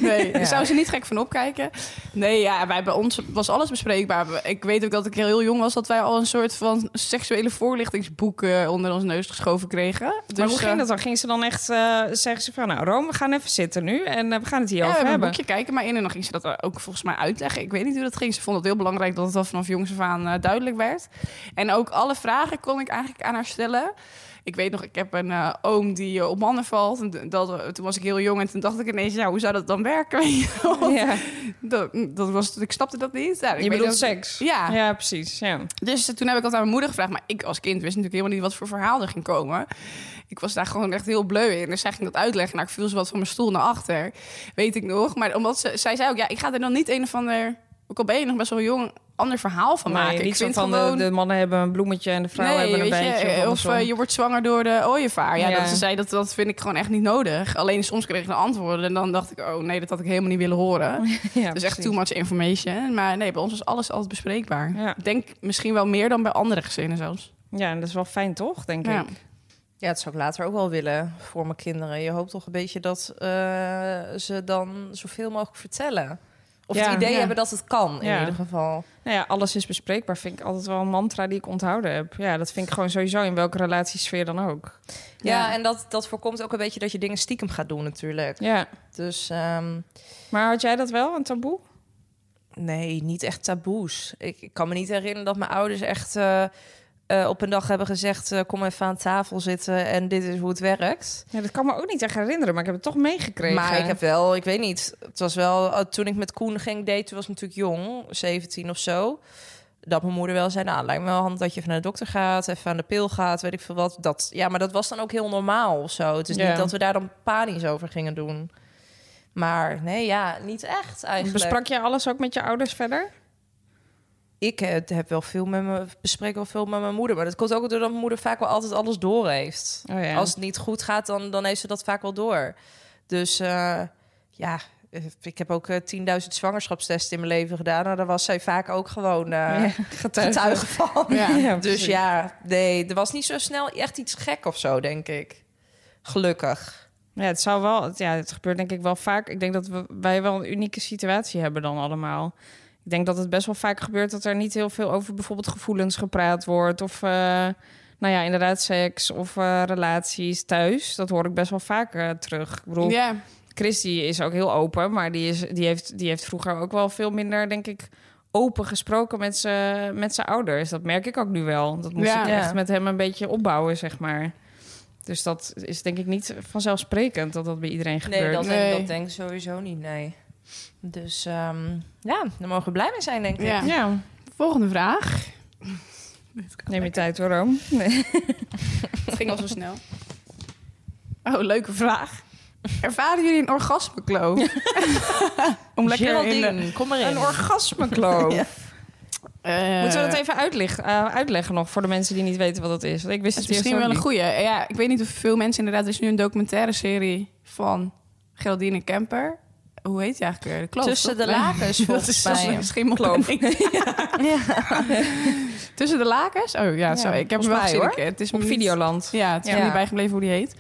S5: Nee, daar zou ze niet gek van opkijken. Nee, ja, wij, bij ons was alles bespreekbaar. Ik weet ook dat ik heel jong was dat wij al een soort van seksuele voorlichtingsboek eh, onder ons neus geschoven kregen.
S7: maar hoe
S5: Dus,
S7: ging
S5: eh,
S7: dat dan? Ging ze dan echt eh, zeggen ze van, nou Rome, we gaan even zitten nu en eh, we gaan het
S5: Ja, we
S7: hierover
S5: hebben een
S7: hebben?
S5: boekje kijken, maar in en dan ging ze dat ook volgens mij uitleggen. Ik weet niet hoe dat ging. Ze vond het heel belangrijk dat het al vanaf jongs af aan eh, duidelijk werd. En ook alle vragen kon ik eigenlijk aan haar stellen. Ik weet nog, ik heb een eh, oom die eh, op mannen valt. En d- dat, eh, toen was ik heel jong en toen dacht ik ineens, ja, hoe zou dat dan werken? Weet je wel?
S7: Ja,
S5: dat, dat was, ik snapte dat niet. Ja, ik
S7: je
S5: weet
S7: bedoelt
S5: ook-
S7: seks?
S5: Ja.
S7: Ja, precies. Ja.
S5: Dus toen heb ik dat aan mijn moeder gevraagd. Maar ik als kind wist natuurlijk helemaal niet wat voor verhaal er ging komen. Ik was daar gewoon echt heel bleu in. Dus zij ging dat uitleggen. Nou, ik viel ze wat van mijn stoel naar achter. Weet ik nog. Maar omdat ze, zij zei ook, ja, ik ga er dan niet een of ander... Ook al ben je nog best wel jong, ander verhaal van
S7: Maar
S5: maken.
S7: niet
S5: ik
S7: zo
S5: vind
S7: van
S5: gewoon...
S7: de, de mannen hebben een bloemetje en de vrouwen
S5: nee,
S7: hebben een
S5: weet
S7: beetje.
S5: je,
S7: of
S5: of
S7: andersom.
S5: eh, je wordt zwanger door de ooievaar. Ja,
S7: Ja.
S5: Dat ze zei dat, dat vind ik gewoon echt niet nodig. Alleen soms kreeg ik een antwoord en dan dacht ik... oh nee, dat had ik helemaal niet willen horen.
S7: ja,
S5: Dus echt
S7: precies.
S5: too much information. Maar nee, bij ons was alles altijd bespreekbaar.
S7: Ja.
S5: Ik denk misschien wel meer dan bij andere gezinnen zelfs.
S7: Ja, en dat is wel fijn toch, denk
S5: Ja.
S7: ik.
S6: Ja, dat zou ik later ook wel willen voor mijn kinderen. Je hoopt toch een beetje dat eh, ze dan zoveel mogelijk vertellen. Of
S7: Ja,
S6: het idee
S7: ja.
S6: hebben dat het kan, in
S7: Ja.
S6: ieder geval.
S7: Nou ja, alles is bespreekbaar vind ik altijd wel een mantra die ik onthouden heb. Ja, dat vind ik gewoon sowieso in welke relatiesfeer dan ook.
S6: Ja, en dat, dat voorkomt ook een beetje dat je dingen stiekem gaat doen natuurlijk.
S7: Ja,
S6: Dus ehm,
S7: maar had jij dat wel, een taboe?
S6: nee, niet echt taboes. Ik, ik kan me niet herinneren dat mijn ouders echt eh, eh, op een dag hebben gezegd... eh, kom even aan tafel zitten en dit is hoe het werkt.
S7: Ja, dat kan me ook niet echt herinneren, maar ik heb het toch meegekregen.
S6: Maar ik heb wel, ik weet niet. Het was wel, oh, toen ik met Koen ging daten, toen was ik natuurlijk jong, 17 of zo. Dat mijn moeder wel zei, nou, lijkt me wel handig dat je even naar de dokter gaat, even aan de pil gaat, weet ik veel wat. Dat, ja, maar dat was dan ook heel normaal of zo. Het is
S7: Ja.
S6: niet dat we daar dan panisch over gingen doen. Maar nee, ja, niet echt eigenlijk.
S7: Besprak je alles ook met je ouders verder?
S6: Ik eh, heb wel veel met me, bespreek wel veel met mijn moeder. Maar dat komt ook doordat mijn moeder vaak wel altijd alles door heeft.
S7: Oh ja.
S6: Als het niet goed gaat, dan, dan heeft ze dat vaak wel door. Dus eh, ja, eh, ik heb ook eh, 10.000 zwangerschapstests in mijn leven gedaan. Nou, daar was zij vaak ook gewoon eh,
S7: Ja,
S6: getuige. van.
S7: Ja, ja,
S6: dus
S7: precies.
S6: ja, nee, er was niet zo snel echt iets gek of zo, denk ik. Gelukkig.
S7: Ja, het zou wel. het- Ja, het gebeurt denk ik wel vaak. Ik denk dat we, wij wel een unieke situatie hebben dan allemaal. Ik denk dat het best wel vaak gebeurt dat er niet heel veel over bijvoorbeeld gevoelens gepraat wordt. Of eh, nou ja, inderdaad, seks of eh, relaties thuis. Dat hoor ik best wel vaak eh, terug. Ik bedoel,
S5: Ja,
S7: Chris die is ook heel open, maar die, is, die, heeft, die heeft vroeger ook wel veel minder, denk ik, open gesproken met zijn met zijn ouders. Dat merk ik ook nu wel. Dat moest
S5: Ja.
S7: ik
S6: Ja.
S7: echt met hem een beetje opbouwen, zeg maar. Dus dat is denk ik niet vanzelfsprekend dat dat bij iedereen gebeurt.
S6: Nee, dat,
S5: Nee.
S6: Denk, dat denk ik sowieso niet, nee. Dus ehm, ja, daar mogen we blij mee zijn, denk ik.
S5: Ja.
S7: Ja,
S5: volgende vraag.
S7: neem je tijd hoor, Room. Nee.
S5: Het ging al zo snel. Oh, leuke vraag. Ervaren jullie een orgasmekloof? Om lekker in de...
S6: Geraldine, kom erin.
S7: Een orgasmekloof.
S5: Eh,
S7: Moeten we dat even uitleggen, eh, uitleggen nog voor de mensen die niet weten wat dat is? Want ik wist
S5: Het
S7: het,
S5: is misschien
S7: eerst
S5: wel
S7: ook
S5: een goeie. Ja, ik weet niet hoeveel mensen inderdaad... Er is nu een documentaire serie van Geraldine Kemper. Hoe heet die eigenlijk? weer? De kloof,
S6: Tussen
S5: toch?
S6: de
S5: Nee.
S6: lakens,
S5: Dat is
S6: volgens
S5: dat is
S6: mij.
S5: misschien mijn kloof. Tussen de lakens? Oh ja, sorry. Ik heb
S6: volgens
S5: hem wel
S6: mij,
S5: gezien.
S6: hoor.
S5: Ik- Het is me
S7: niet. Op
S5: niet-
S7: Videoland.
S5: Ja, het is
S7: Ja.
S5: me niet bijgebleven hoe die heet.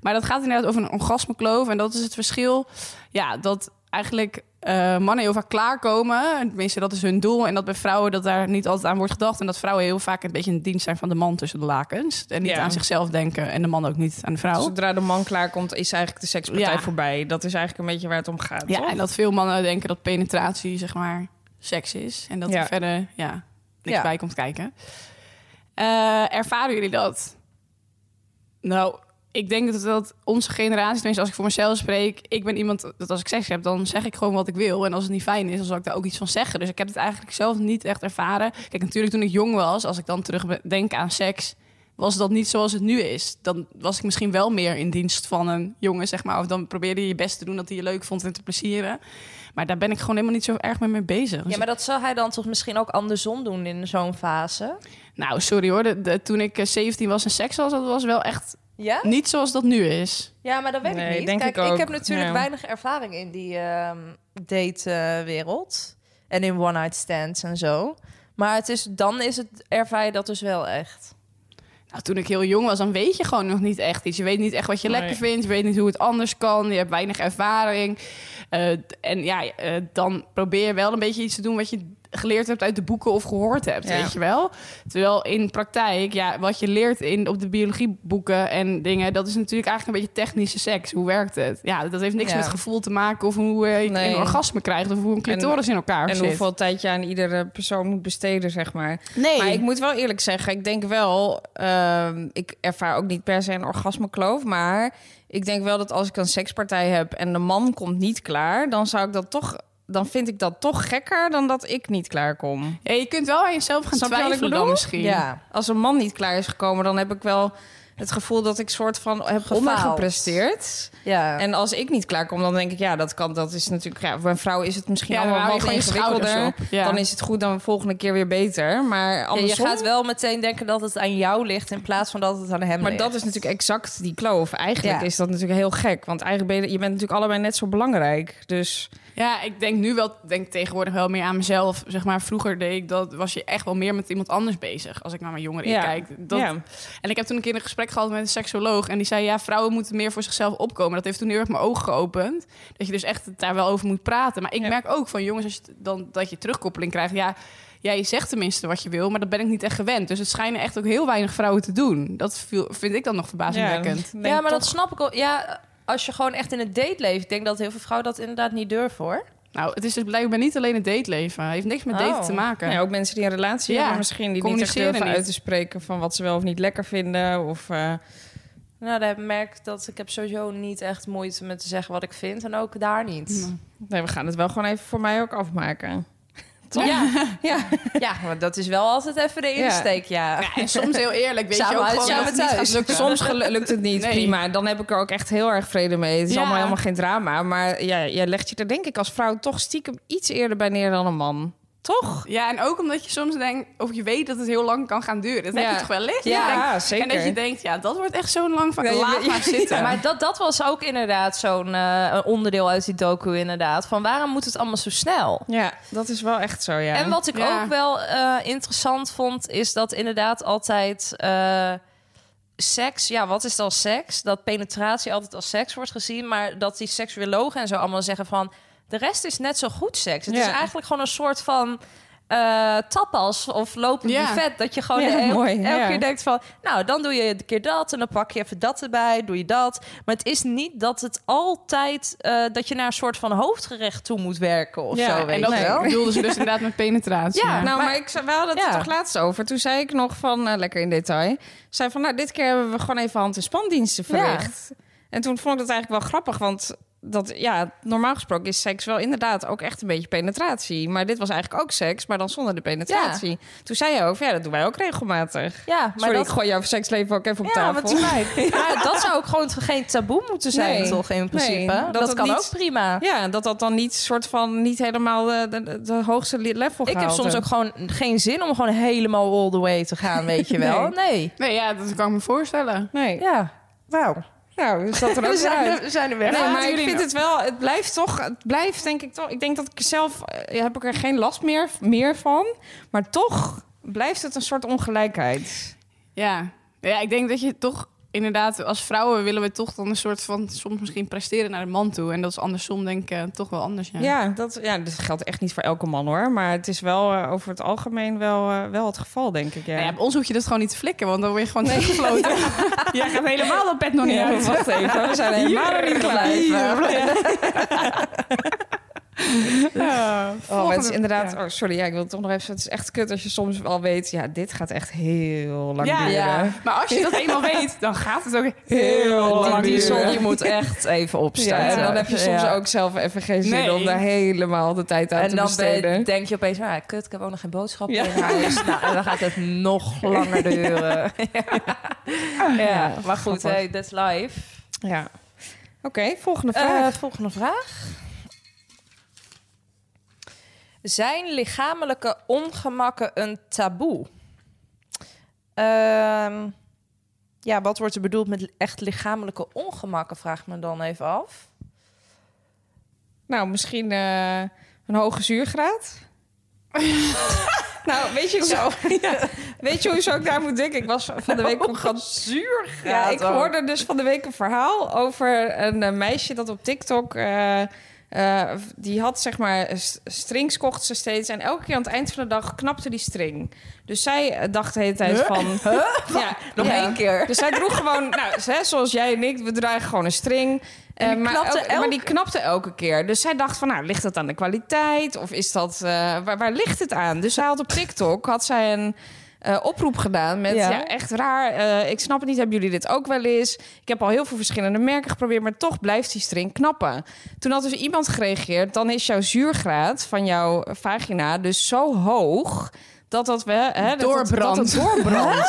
S5: Maar dat gaat inderdaad over een orgasmekloof. En dat is het verschil. Ja, dat eigenlijk eh, mannen heel vaak klaarkomen. Tenminste, dat is hun doel. En dat bij vrouwen dat daar niet altijd aan wordt gedacht. En dat vrouwen heel vaak een beetje in dienst zijn van de man tussen de lakens. En niet
S7: Ja. Dus
S5: aan zichzelf denken. En de man ook niet aan de vrouw.
S7: Zodra de man klaarkomt, is eigenlijk de sekspartij
S5: Ja.
S7: voorbij. Dat is eigenlijk een beetje waar het om gaat.
S5: Ja,
S7: toch?
S5: en dat veel mannen denken dat penetratie, zeg maar, seks is. En dat
S7: Ja.
S5: er verder ja, niks
S6: Ja.
S5: bij komt kijken. Eh, ervaren jullie dat? Nou, ik denk dat, dat onze generatie, tenminste als ik voor mezelf spreek... Ik ben iemand dat als ik seks heb, dan zeg ik gewoon wat ik wil. En als het niet fijn is, dan zal ik daar ook iets van zeggen. Dus ik heb het eigenlijk zelf niet echt ervaren. Kijk, natuurlijk toen ik jong was, als ik dan terug denk aan seks... was dat niet zoals het nu is. Dan was ik misschien wel meer in dienst van een jongen, zeg maar. Of dan probeerde je je best te doen dat hij je leuk vond en te plezieren. Maar daar ben ik gewoon helemaal niet zo erg mee, mee bezig. Dus
S6: Ja, maar dat zal hij dan toch misschien ook andersom doen in zo'n fase?
S5: Nou, sorry hoor. De, de- toen ik eh, 17 was en seks was, dat was wel echt
S6: Ja?
S5: niet zoals dat nu is.
S6: Ja, maar dat weet ik
S7: Nee,
S6: niet.
S7: denk
S6: Kijk,
S7: ik ook.
S6: heb natuurlijk
S7: Ja.
S6: weinig ervaring in die ehm, date-wereld. en in one-night stands en zo. Maar het is, dan is het, ervaar je dat dus wel echt.
S5: Nou, toen ik heel jong was, dan weet je gewoon nog niet echt iets. Je weet niet echt wat je
S7: Nee.
S5: lekker vindt. Je weet niet hoe het anders kan. Je hebt weinig ervaring. Eh, d- en ja, eh, dan probeer je wel een beetje iets te doen wat je geleerd hebt uit de boeken of gehoord hebt,
S7: Ja.
S5: weet je wel. Terwijl in praktijk, ja, wat je leert in, op de biologieboeken en dingen, dat is natuurlijk eigenlijk een beetje technische seks. Hoe werkt het? Ja, dat heeft niks
S6: Ja.
S5: met gevoel te maken of hoe eh, je
S7: Nee.
S5: een orgasme krijgt of hoe een clitoris in elkaar
S7: En
S5: zit.
S7: hoeveel tijd je aan iedere persoon moet besteden, zeg maar.
S5: Nee.
S7: Maar ik moet wel eerlijk zeggen, ik denk wel... ehm, ik ervaar ook niet per se een orgasmekloof, maar... Ik denk wel dat als ik een sekspartij heb en de man komt niet klaar... dan zou ik dat toch... Dan vind ik dat toch gekker dan dat ik niet klaar kom.
S5: Ja, je kunt wel aan jezelf gaan
S7: Snap je wat ik
S5: twijfelen dan
S7: bedoel?
S5: misschien.
S7: Als een man niet klaar is gekomen, dan heb ik wel het gevoel dat ik soort van heb
S6: Gefaald.
S7: ondergepresteerd.
S6: ja.
S7: En als ik niet klaar kom, dan denk ik, ja, dat kan. Dat is natuurlijk. Ja, voor een vrouw is het misschien
S5: Ja, dan
S7: allemaal
S5: hou je
S7: wat
S5: gewoon je schouders
S7: ingewikkelder.
S5: op. Ja.
S7: Dan is het goed, dan de volgende keer weer beter. Maar
S6: Ja, je
S7: andersom.
S6: gaat wel meteen denken dat het aan jou ligt in plaats van dat het aan hem
S7: maar
S6: ligt.
S7: dat is natuurlijk exact die kloof. Eigenlijk
S6: Ja.
S7: is dat natuurlijk heel gek. Want eigenlijk ben je, je bent natuurlijk allebei net zo belangrijk. Dus
S5: Ja, ik denk nu wel, denk tegenwoordig wel meer aan mezelf. Zeg maar, vroeger deed ik dat, was je echt wel meer met iemand anders bezig. Als ik naar mijn jongeren
S7: Ja.
S5: kijk. Dat,
S7: ja.
S5: En ik heb toen een keer een gesprek gehad met een seksoloog. En die zei, ja, vrouwen moeten meer voor zichzelf opkomen. Dat heeft toen heel erg mijn ogen geopend. Dat je dus echt het daar wel over moet praten. Maar ik
S7: Ja.
S5: merk ook van jongens, als je t- dan, dat je terugkoppeling krijgt. Ja, jij zegt tenminste wat je wil, maar dat ben ik niet echt gewend. Dus het schijnen echt ook heel weinig vrouwen te doen. Dat viel- vind ik dan nog verbazingwekkend.
S7: dan denk
S6: ja,
S7: ik
S6: maar
S7: toch-
S6: dat snap ik al. Ja, als je gewoon echt in het date leeft, ik denk dat heel veel vrouwen dat inderdaad niet durven hoor.
S5: Nou, het is dus blijkbaar niet alleen het dateleven. Het heeft niks met
S6: Oh.
S5: daten te maken.
S7: Ja, ook mensen die een relatie
S5: Ja,
S7: hebben, misschien die niet echt
S5: communiceren
S7: durven
S5: niet.
S7: uit te spreken van wat ze wel of niet lekker vinden. Of, eh,
S6: Nou, daar merk ik dat ik heb sowieso niet echt moeite met te zeggen wat ik vind en ook daar niet.
S7: nee, we gaan het wel gewoon even voor mij ook afmaken.
S6: Ja,
S7: Ja,
S6: ja, maar dat is wel altijd even de insteek, ja.
S5: Ja, en soms heel eerlijk, weet
S6: Samen
S5: je ook
S6: uit,
S7: Oh,
S5: gewoon
S6: samen
S5: dat het niet
S6: thuis.
S5: gaat lukken.
S7: Soms gelu- lukt het niet,
S5: Nee.
S7: prima. Dan heb ik er ook echt heel erg vrede mee. Het is
S5: Ja.
S7: allemaal helemaal geen drama. Maar ja, jij legt je er denk ik als vrouw toch stiekem iets eerder bij neer dan een man. Toch?
S5: Ja, en ook omdat je soms denkt, of je weet dat het heel lang kan gaan duren. Dat
S7: Ja.
S5: heb je toch wel eens?
S7: Ja,
S5: Je denkt-
S7: zeker.
S5: En dat je denkt, ja, dat wordt echt zo'n lang van,
S7: Nee, je
S5: laat
S7: weet-
S5: maar zitten.
S6: Maar dat, dat was ook inderdaad zo'n eh, onderdeel uit die docu inderdaad. Van waarom moet het allemaal zo snel?
S7: Ja, dat is wel echt zo, ja.
S6: En wat ik
S5: Ja.
S6: ook wel eh, interessant vond, is dat inderdaad altijd eh, seks, ja, wat is dan seks? Dat penetratie altijd als seks wordt gezien, maar dat die seksuologen en zo allemaal zeggen van de rest is net zo goed seks. Het
S7: Ja.
S6: is eigenlijk gewoon een soort van eh tapas of lopend
S5: Ja.
S6: buffet. Dat je gewoon
S7: Ja,
S6: el-
S7: mooi,
S6: elke
S7: ja.
S6: keer denkt van, nou, dan doe je een keer dat en dan pak je even dat erbij, doe je dat. Maar het is niet dat het altijd eh, dat je naar een soort van hoofdgerecht toe moet werken of
S7: Ja,
S6: zo. Weet
S5: en dat
S6: je wel.
S5: bedoelden ze dus inderdaad met penetratie.
S7: Ja, nou, maar, ik, zei- we hadden het
S6: Ja.
S7: er toch laatst over. Toen zei ik nog van, eh, lekker in detail, zei van, nou, dit keer hebben we gewoon even hand- en spandiensten verricht. En toen vond ik dat eigenlijk wel grappig, want dat, ja, normaal gesproken is seks wel inderdaad ook echt een beetje penetratie. Maar dit was eigenlijk ook seks, maar dan zonder de penetratie. Toen zei je ook, van, ja, dat doen wij ook regelmatig.
S6: Ja, maar
S7: Sorry,
S6: dat...
S7: ik gooi jouw seksleven ook even op
S6: ja,
S7: tafel.
S6: wat spijt. Maar dat zou ook gewoon geen taboe moeten zijn,
S7: Nee.
S6: toch, in principe?
S7: Nee, dat
S6: dat
S7: het
S6: kan
S7: niet-
S6: ook prima.
S7: Ja, en dat dat dan niet soort van niet helemaal eh, de, de, de hoogste li- level
S6: Ik heb
S7: gehaald
S6: soms ook
S7: hebt.
S6: gewoon geen zin om gewoon helemaal all the way te gaan, weet je wel. Nee.
S5: Nee, ja, dat kan ik me voorstellen.
S7: Nee,
S6: Ja. Wauw.
S7: nou, is dat er ook weer uit.
S6: we zijn er weer.
S7: Nee,
S5: Dus, eh, Ja,
S7: maar ik
S5: tuurlijk.
S7: vind het wel, het blijft toch, het blijft denk ik toch. Ik denk dat ik er zelf, eh, heb ik er geen last meer, meer van. Maar toch blijft het een soort ongelijkheid.
S5: Ja. ja, ik denk dat je toch inderdaad, als vrouwen willen we toch dan een soort van, soms misschien presteren naar de man toe. En dat is andersom denk ik eh, toch wel anders, ja.
S7: Ja, dat, ja, dat geldt echt niet voor elke man hoor. Maar het is wel eh, over het algemeen wel, eh, wel het geval, denk ik. Ja.
S5: Nou ja, bij ons hoef je dat gewoon niet te flikken, want dan word je gewoon teruggefloten. Jij gaat helemaal dat bed nog niet
S7: Ja,
S5: uit.
S7: wacht even, we zijn helemaal nog niet klaar.
S6: blijven.
S7: Ja.
S6: Oh,
S7: het is
S5: volgende-
S7: inderdaad...
S5: ja.
S7: Oh, sorry, ja, ik wil het toch nog even... Het is echt kut als je soms al weet... Ja, dit gaat echt heel lang
S5: Ja,
S7: duren.
S6: ja.
S5: Maar als je dat eenmaal weet, dan gaat het ook
S7: Heel
S5: heel
S7: lang
S5: lang
S6: Die diesel
S7: duren.
S6: die moet echt even opstaan.
S7: Ja, en dan heb je soms
S6: Ja.
S7: ook zelf even geen zin
S5: Nee.
S7: om daar helemaal de tijd aan
S6: En
S7: te
S6: dan ben-
S7: besteden.
S6: denk je opeens, ah, kut, ik heb ook nog geen boodschappen
S7: Ja.
S6: in huis. Nou, en dan gaat het nog langer duren. Ja, maar goed,
S7: Grappig.
S6: hey, that's life.
S7: Ja. Oké, volgende vraag.
S6: Eh, volgende vraag. Zijn lichamelijke ongemakken een taboe? Ehm, ja, wat wordt er bedoeld met echt lichamelijke ongemakken? Vraag ik me dan even af.
S7: Nou, misschien eh, een hoge zuurgraad. nou, weet je, zo, ja, weet je hoe zo ik daar moet denken? Ik was van de week
S6: Nou,
S7: op zuurgraad. Ja, ik
S6: ook.
S7: hoorde dus van de week een verhaal over een eh, meisje dat op TikTok. eh, eh, die had zeg maar s- strings kocht ze steeds en elke keer aan het eind van de dag knapte die string. Dus zij eh, dacht de hele tijd van, ja,
S6: Nog
S7: ja.
S6: één keer.
S7: Dus zij droeg gewoon, nou, ze- zoals jij en ik, we dragen gewoon een string. Eh,
S6: die
S7: maar,
S6: knapte
S7: elke- maar die knapte elke keer. Dus zij dacht van, nou, ligt dat aan de kwaliteit? Of is dat, eh, waar, waar ligt het aan? Dus zij had op TikTok, had zij een eh, oproep gedaan met, ja,
S6: Ja.
S7: echt raar. eh, ik snap het niet, hebben jullie dit ook wel eens? Ik heb al heel veel verschillende merken geprobeerd, maar toch blijft die string knappen. Toen had dus iemand gereageerd, dan is jouw zuurgraad van jouw vagina dus zo hoog... Dat dat we hè, dat- Dat, dat
S5: Doorbrandt.
S7: het doorbrandt.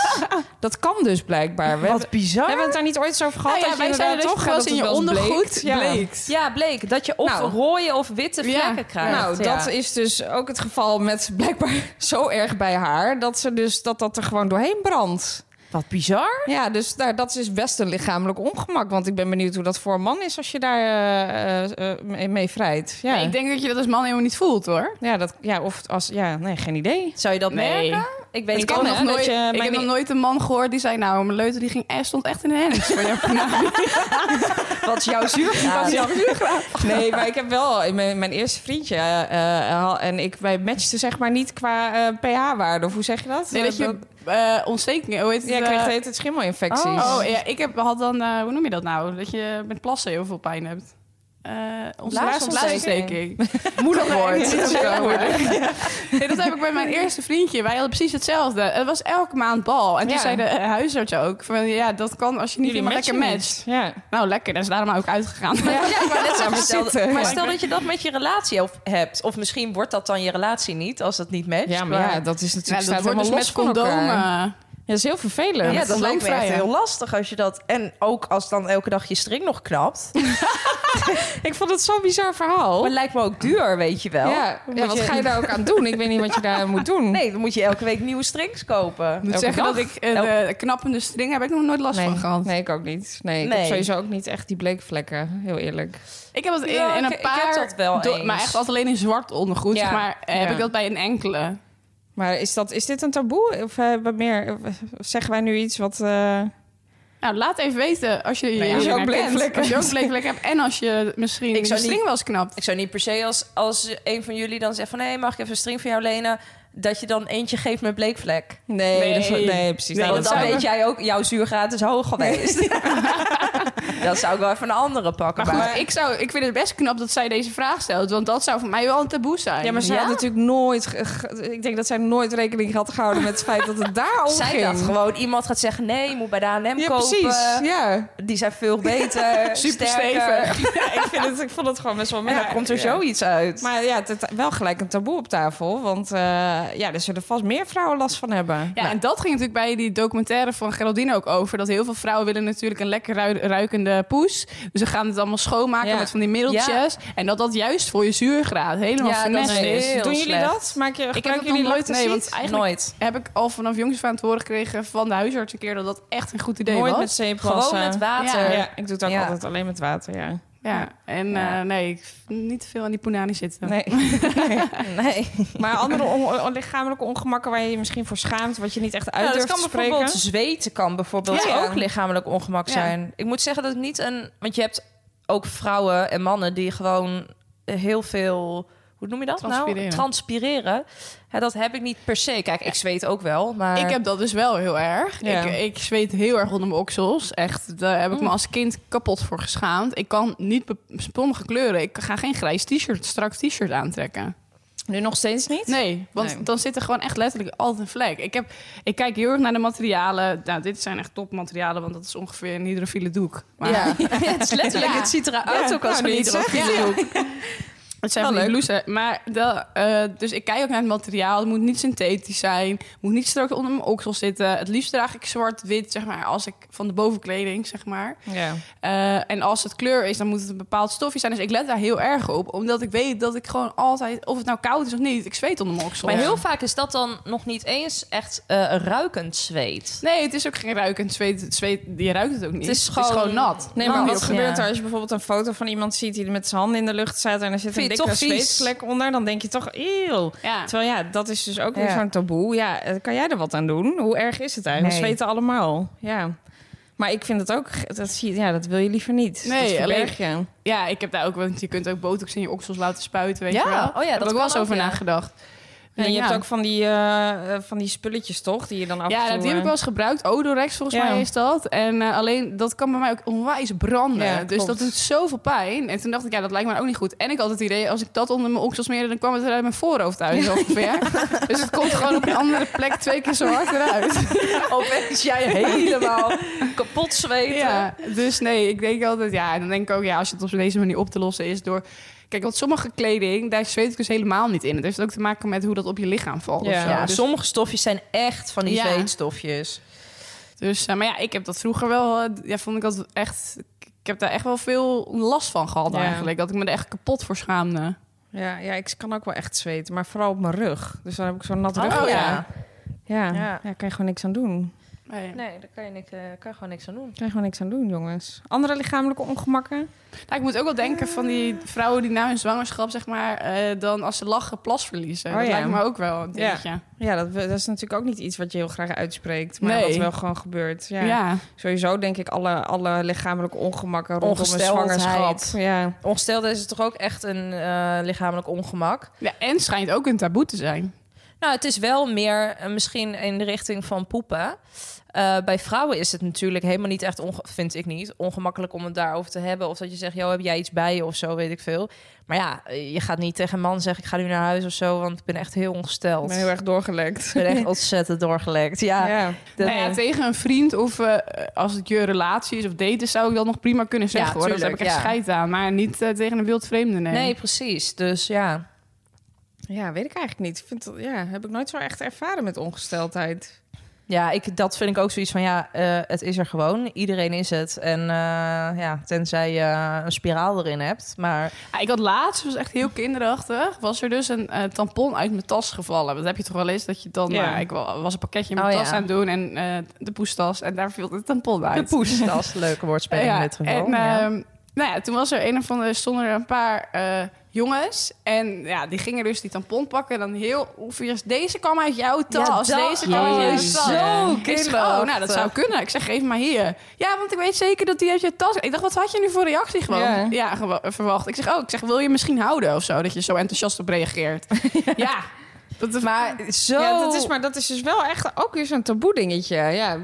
S7: dat kan dus blijkbaar. We hebben-
S5: Wat bizar.
S7: hebben we het daar niet ooit zo over gehad?
S6: Ah
S5: Nou ja,
S7: dat je
S5: wij zeiden
S7: inderdaad
S5: dat je
S7: toch
S5: wel eens
S7: dat
S5: in
S7: het
S5: je
S7: wel eens
S5: ondergoed
S7: bleekt?
S5: bleek.
S6: Ja, bleek dat je of
S7: Nou.
S6: rode of witte
S5: Ja.
S6: vlekken krijgt.
S7: Nou,
S6: ja.
S7: dat is dus ook het geval met blijkbaar zo erg bij haar... dat ze dus, dat, dat er gewoon doorheen brandt.
S6: Wat bizar.
S7: Ja, dus daar, dat is best een lichamelijk ongemak. Want ik ben benieuwd hoe dat voor een man is als je daar eh, eh, eh, mee- mee vrijt. Ja,
S5: Ja, ik denk dat je dat als man helemaal niet voelt hoor.
S7: ja, dat, ja of als... Ja, nee, geen idee.
S6: Zou je dat
S5: Nee.
S6: merken? Ik weet
S7: Het
S6: het
S7: kan,
S6: ook
S7: hè?
S6: nog
S5: Nog
S7: dat
S5: nooit,
S7: je
S5: ik
S7: mij
S5: heb nog
S7: niet-
S5: nooit een man gehoord die zei, nou, mijn leuter die ging eh, stond echt in de hens. Van jouw vagina.
S6: wat jouw zuurgraad is.
S7: Nee, maar ik heb wel in mijn, mijn eerste vriendje eh, eh, had- en ik wij matchten zeg maar niet qua eh, pH-waarde of hoe zeg je dat?
S5: Nee, dat
S7: Eh,
S5: je eh ontstekingen, hoe heet het?
S7: Jij
S5: eh,
S7: krijgt de hele tijd schimmelinfecties.
S5: Oh ja, ik heb, had dan, eh, hoe noem je dat nou? Dat je met plassen heel veel pijn hebt. Eh onze
S7: Blaasontsteking.
S5: blaasontsteking. Moeilijk woord. Nee, dat heb ik bij mijn eerste vriendje. Wij hadden precies hetzelfde. Het was elke maand bal. En toen
S7: Ja.
S5: zei de eh, huisarts ook: van, ja, dat kan als je niet helemaal lekker
S7: matchen
S5: matcht.
S7: niet. Ja.
S5: Nou, lekker. Dat is daarom ook uitgegaan.
S6: Ja, ik wou net zeggen, stel,
S7: zitten.
S6: maar stel dat je dat met je relatie of- hebt. Of misschien wordt dat dan je relatie niet als dat niet matcht.
S7: ja, maar ja, dat is natuurlijk
S5: Ja, dat
S7: staat
S5: wordt
S7: helemaal
S5: dus
S7: los van
S5: met eh,
S7: elkaar.
S5: condomen.
S7: Ja, dat is heel vervelend.
S6: Ja,
S5: dat
S6: dat
S5: is
S6: lijkt me echt
S5: slijmvrij, ja.
S6: heel lastig als je dat... En ook als dan elke dag je string nog knapt. Maar
S7: Ik vond het zo'n bizar verhaal.
S6: het lijkt me ook duur, weet je wel.
S7: ja,
S6: Moet
S7: ja, wat
S6: je-
S7: ga je daar ook aan doen? Ik weet niet wat je daar aan moet doen.
S6: Nee, dan moet je elke week nieuwe strings kopen.
S5: Ik moet
S7: elke
S5: zeggen
S7: dag?
S5: dat ik eh, de knappende string heb ik nog nooit last
S7: Nee,
S5: van gehad.
S7: nee, ik ook niet. Nee, ik
S6: Nee.
S7: heb sowieso ook niet echt die bleekvlekken, heel eerlijk.
S5: Ik heb dat in,
S6: Ja,
S5: in
S6: ik-
S5: een
S6: ik
S5: paar.
S6: heb dat wel
S5: do-
S6: eens.
S5: Maar echt altijd alleen in zwart ondergoed.
S7: Ja.
S5: zeg maar eh, heb
S7: Ja.
S5: ik dat bij een enkele.
S7: Maar is, dat, is dit een taboe? Of eh, wat meer, of zeggen wij nu iets wat... eh,
S5: Nou, laat even weten als je
S7: als je
S5: je
S7: ook
S5: herkent.
S7: bleekvlekken
S5: Als je ook
S7: hebt.
S5: bleekvlekken hebt en als je misschien
S6: Ik
S5: de
S6: zou
S5: string
S6: niet-
S5: wel eens knapt.
S6: Ik zou niet per se als, als een van jullie dan zegt van... hé, mag ik even een string van jou lenen? Dat je dan eentje geeft met bleekvlek.
S7: Nee,
S5: Nee.
S7: dat is- nee precies.
S5: Nee,
S7: Nou,
S6: Want
S7: dat
S6: dan
S7: zou-
S6: weet jij ook, jouw zuurgraad is hoog geweest. dan zou ik wel even een andere pakken.
S5: Maar goed, ik, zou, ik vind het best knap dat zij deze vraag stelt. Want dat zou voor mij wel een taboe zijn.
S7: Ja, maar zij
S6: Ja?
S7: had natuurlijk nooit... ge- ge- Ik denk dat zij nooit rekening had gehouden met het feit dat het daar om
S6: Zij
S7: ging.
S6: dacht gewoon, iemand gaat zeggen... nee, je moet bij de H&M
S7: Ja,
S6: kopen.
S7: precies. Ja.
S6: Die zijn veel beter,
S5: Super
S6: sterker.
S5: stevig.
S7: Ja, ik, vind het, ik vond het gewoon best wel
S6: En
S7: merk.
S6: dan komt er
S7: Ja.
S6: zoiets uit.
S7: Maar ja, het, het- wel gelijk een taboe op tafel. Want eh, ja, er zullen vast meer vrouwen last van hebben.
S5: Ja, en dat ging natuurlijk bij die documentaire van Geraldine ook over. Dat heel veel vrouwen willen natuurlijk een lekker ru- ruikende poes. Dus ze gaan het allemaal schoonmaken
S7: Ja.
S5: met van die middeltjes. En dat dat juist voor je zuurgraad helemaal
S6: Ja, dat
S5: finesse
S6: is
S5: is.
S6: heel
S7: Doen jullie
S6: slecht.
S7: dat? Maak je,
S5: Ik heb
S7: gebruiken
S5: het nog
S7: jullie
S5: nooit, nee, want
S7: lactacid?
S5: eigenlijk
S6: Nooit.
S5: heb ik al vanaf jongs van het horen gekregen van de huisarts een keer dat dat echt een goed idee
S7: nooit
S5: was.
S7: met zeepassen.
S6: Gewoon met water.
S7: eh, Ja, ik doe het ook
S6: Ja.
S7: altijd alleen met water, ja.
S5: Ja, en
S6: Ja.
S5: eh, nee, ik f- niet te veel aan die punani zitten.
S7: Nee.
S6: Nee.
S7: maar andere on- on- lichamelijke ongemakken waar je je misschien voor schaamt... wat je niet echt uit
S6: Ja, Nou, dat
S7: durft
S6: kan
S7: te spreken.
S6: bijvoorbeeld zweten kan bijvoorbeeld
S7: Ja, ja.
S6: ook lichamelijk ongemak
S5: Ja.
S6: zijn. Ik moet zeggen dat ik niet een, want je hebt ook vrouwen en mannen die gewoon heel veel, hoe noem je dat nou?
S5: Transpireren.
S6: Transpireren. Hè, dat heb ik niet per se. Kijk, ik zweet ook wel, maar
S5: Ik heb dat dus wel heel erg.
S7: Ja. Mm.
S5: Ik, ik zweet heel erg onder mijn oksels. Echt, daar heb ik me als kind kapot voor geschaamd. Ik kan niet be- sommige kleuren. Ik ga geen grijs t-shirt, strak t-shirt aantrekken.
S7: Nu nog steeds niet?
S5: Nee, want
S7: Nee.
S5: dan zit er gewoon echt letterlijk altijd een vlek. Ik, heb, ik kijk heel erg naar de materialen. Nou, dit zijn echt topmaterialen, want dat is ongeveer een hydrofiele doek. Maar
S7: Ja.
S6: het is letterlijk, het ziet eruit
S7: Ja,
S6: ook als
S7: nou,
S6: een
S7: niet
S6: iedere
S7: zeggen.
S6: video.
S5: Het zijn
S7: Wel
S5: wel leuk.
S7: leuk.
S5: Loesen. Maar de, eh, dus ik kijk ook naar het materiaal. Het moet niet synthetisch zijn. Het moet niet strak onder mijn oksel zitten. Het liefst draag ik zwart-wit, zeg maar, als ik van de bovenkleding, zeg maar.
S7: Ja.
S5: Eh, en als het kleur is, dan moet het een bepaald stofje zijn. Dus ik let daar heel erg op. Omdat ik weet dat ik gewoon altijd, of het nou koud is of niet, ik zweet onder mijn oksel.
S6: Maar heel vaak is dat dan nog niet eens echt eh, ruikend zweet.
S5: Nee, het is ook geen ruikend zweet. Het zweet je ruikt het ook niet.
S6: Het is gewoon-
S5: nat.
S7: Nee, maar
S6: Oh,
S7: wat
S6: ja.
S7: gebeurt er als je bijvoorbeeld een foto van iemand ziet... die met zijn handen in de lucht staat en er zit een
S6: Vind je
S7: dikke
S6: het toch vies?
S7: zweetvlek onder... dan denk je toch, eeuw.
S5: Ja.
S7: Terwijl ja, dat is dus ook weer
S6: Ja.
S7: zo'n taboe. Ja, eh, kan jij er wat aan doen? Hoe erg is het eigenlijk?
S6: Nee.
S7: We zweten allemaal. Ja. Maar ik vind het ook, dat, zie, je- ja, dat wil je liever niet.
S5: Nee,
S7: dat verberg je.
S5: Ja, ik heb daar ook, want je kunt ook botox in je oksels laten spuiten, weet
S6: Ja,
S5: je wel.
S6: oh ja, dat
S5: heb ik
S6: kan
S5: wel eens
S6: ook,
S5: over
S6: ja.
S5: nagedacht.
S7: En je
S5: Ja.
S7: hebt ook van die, eh, eh, van die spulletjes, toch? Die je dan af en
S5: Ja,
S7: toe,
S5: dat die heb
S7: eh,
S5: ik wel eens gebruikt. Odorex volgens
S7: Ja.
S5: mij is dat. En eh, alleen, dat kan bij mij ook onwijs branden.
S7: Ja,
S5: dus
S7: klopt.
S5: dat doet zoveel pijn. En toen dacht ik, ja, dat lijkt me ook niet goed. En ik had het idee, als ik dat onder mijn oksels smeerde... dan kwam het uit mijn voorhoofd uit ongeveer. Dus het komt gewoon op een andere plek twee keer zo hard eruit.
S6: Opeens jij helemaal kapot zweten.
S5: Ja, dus nee, ik denk altijd, ja, en dan denk ik ook, ja, als het op deze manier op te lossen is door... Kijk, want sommige kleding, daar zweet ik dus helemaal niet in. Het heeft ook te maken met hoe dat op je lichaam valt.
S7: Ja.
S5: of zo.
S6: Ja,
S5: dus,
S6: sommige stofjes zijn echt van die
S5: Ja.
S6: zweetstofjes.
S5: dus, eh, maar ja, ik heb dat vroeger wel, eh, ja, vond ik dat echt... Ik heb daar echt wel veel last van gehad
S7: Ja.
S5: eigenlijk. Dat ik me er echt kapot voor schaamde.
S7: Ja, ja, ik kan ook wel echt zweten, maar vooral op mijn rug. Dus dan heb ik zo'n nat
S6: Oh,
S7: rug.
S6: ja.
S7: Ja,
S6: Ja.
S7: ja. daar kan je gewoon niks aan doen.
S6: Nee, daar kan je, niks, eh, kan je gewoon niks aan doen.
S7: Daar kan je gewoon niks aan doen, jongens. Andere lichamelijke ongemakken?
S5: Nou, ik moet ook wel denken van die vrouwen die na hun zwangerschap, zeg maar... eh, dan als ze lachen, plas verliezen.
S7: Oh,
S5: dat
S7: ja.
S5: lijkt me ook wel een
S7: Ja.
S5: dingetje.
S7: Ja, dat, dat is natuurlijk ook niet iets wat je heel graag uitspreekt. Maar
S5: Nee.
S7: wat wel gewoon gebeurt. Ja.
S5: ja.
S7: Sowieso denk ik alle, alle lichamelijke ongemakken rondom een
S6: Ongesteldheid.
S7: zwangerschap. Ja.
S6: Ongestelde is het toch ook echt een eh, lichamelijk ongemak?
S5: Ja, en schijnt ook een taboe te zijn.
S6: Nou, het is wel meer eh, misschien in de richting van poepen. Eh, bij vrouwen is het natuurlijk helemaal niet echt, onge- vind ik niet, ongemakkelijk om het daarover te hebben. Of dat je zegt, joh, heb jij iets bij je of zo, weet ik veel. Maar ja, eh, je gaat niet tegen een man zeggen, ik ga nu naar huis of zo, want ik ben echt heel
S7: Ik
S6: ongesteld.
S7: ben heel erg doorgelekt.
S6: Ik ben echt ontzettend doorgelekt. Ja,
S7: ja.
S6: dat-
S5: Nou ja, tegen een vriend of eh, als het je relatie is of daten zou ik dat nog prima kunnen zeggen
S6: Ja,
S5: hoor. Daar heb ik
S6: tuurlijk,
S5: echt
S6: ja.
S5: scheid aan. Maar niet eh, tegen een wild vreemde, nee.
S6: nee, precies. Dus ja.
S7: ja, weet ik eigenlijk niet. Ik vind dat, ja, heb ik nooit zo echt ervaren met ongesteldheid.
S6: Ja, ik, dat vind ik ook zoiets van, ja, eh, het is er gewoon. Iedereen is het. En eh, ja, tenzij je een spiraal erin hebt. Maar
S5: Ah, ik had laatst, was echt heel kinderachtig, was er dus een eh, tampon uit mijn tas gevallen. Dat heb je toch wel eens, dat je dan...
S7: Ja.
S5: eh, ik wa- was een pakketje in mijn
S6: Oh,
S5: tas
S6: ja.
S5: aan het doen en eh, de poestas. En daar viel het tampon
S6: de
S5: uit.
S6: poestas, leuke woordspeling
S5: Ja,
S6: in dit geval.
S5: En,
S6: ja.
S5: ehm, nou ja, toen was er een of andere, stonden er een paar eh, jongens. En ja, die gingen dus die tampon pakken. En dan heel obvious, deze kwam uit jouw tas.
S6: dat
S5: deze kwam uit jouw
S6: is
S5: tas.
S6: zo
S5: Ik zeg,
S6: kinderachtig.
S5: oh, nou, dat zou kunnen. Ik zeg, geef maar hier. Ja, want ik weet zeker dat die uit je tas... Ik dacht, wat had je nu voor reactie gewoon?
S7: Ja.
S5: Ja, gewa- verwacht. Ik zeg, oh, ik zeg, wil je misschien houden of zo? Dat je zo enthousiast op reageert. ja. Dat is maar...
S6: Zo.
S7: Ja, dat is, maar dat is dus wel echt ook weer zo'n taboe dingetje. Ja,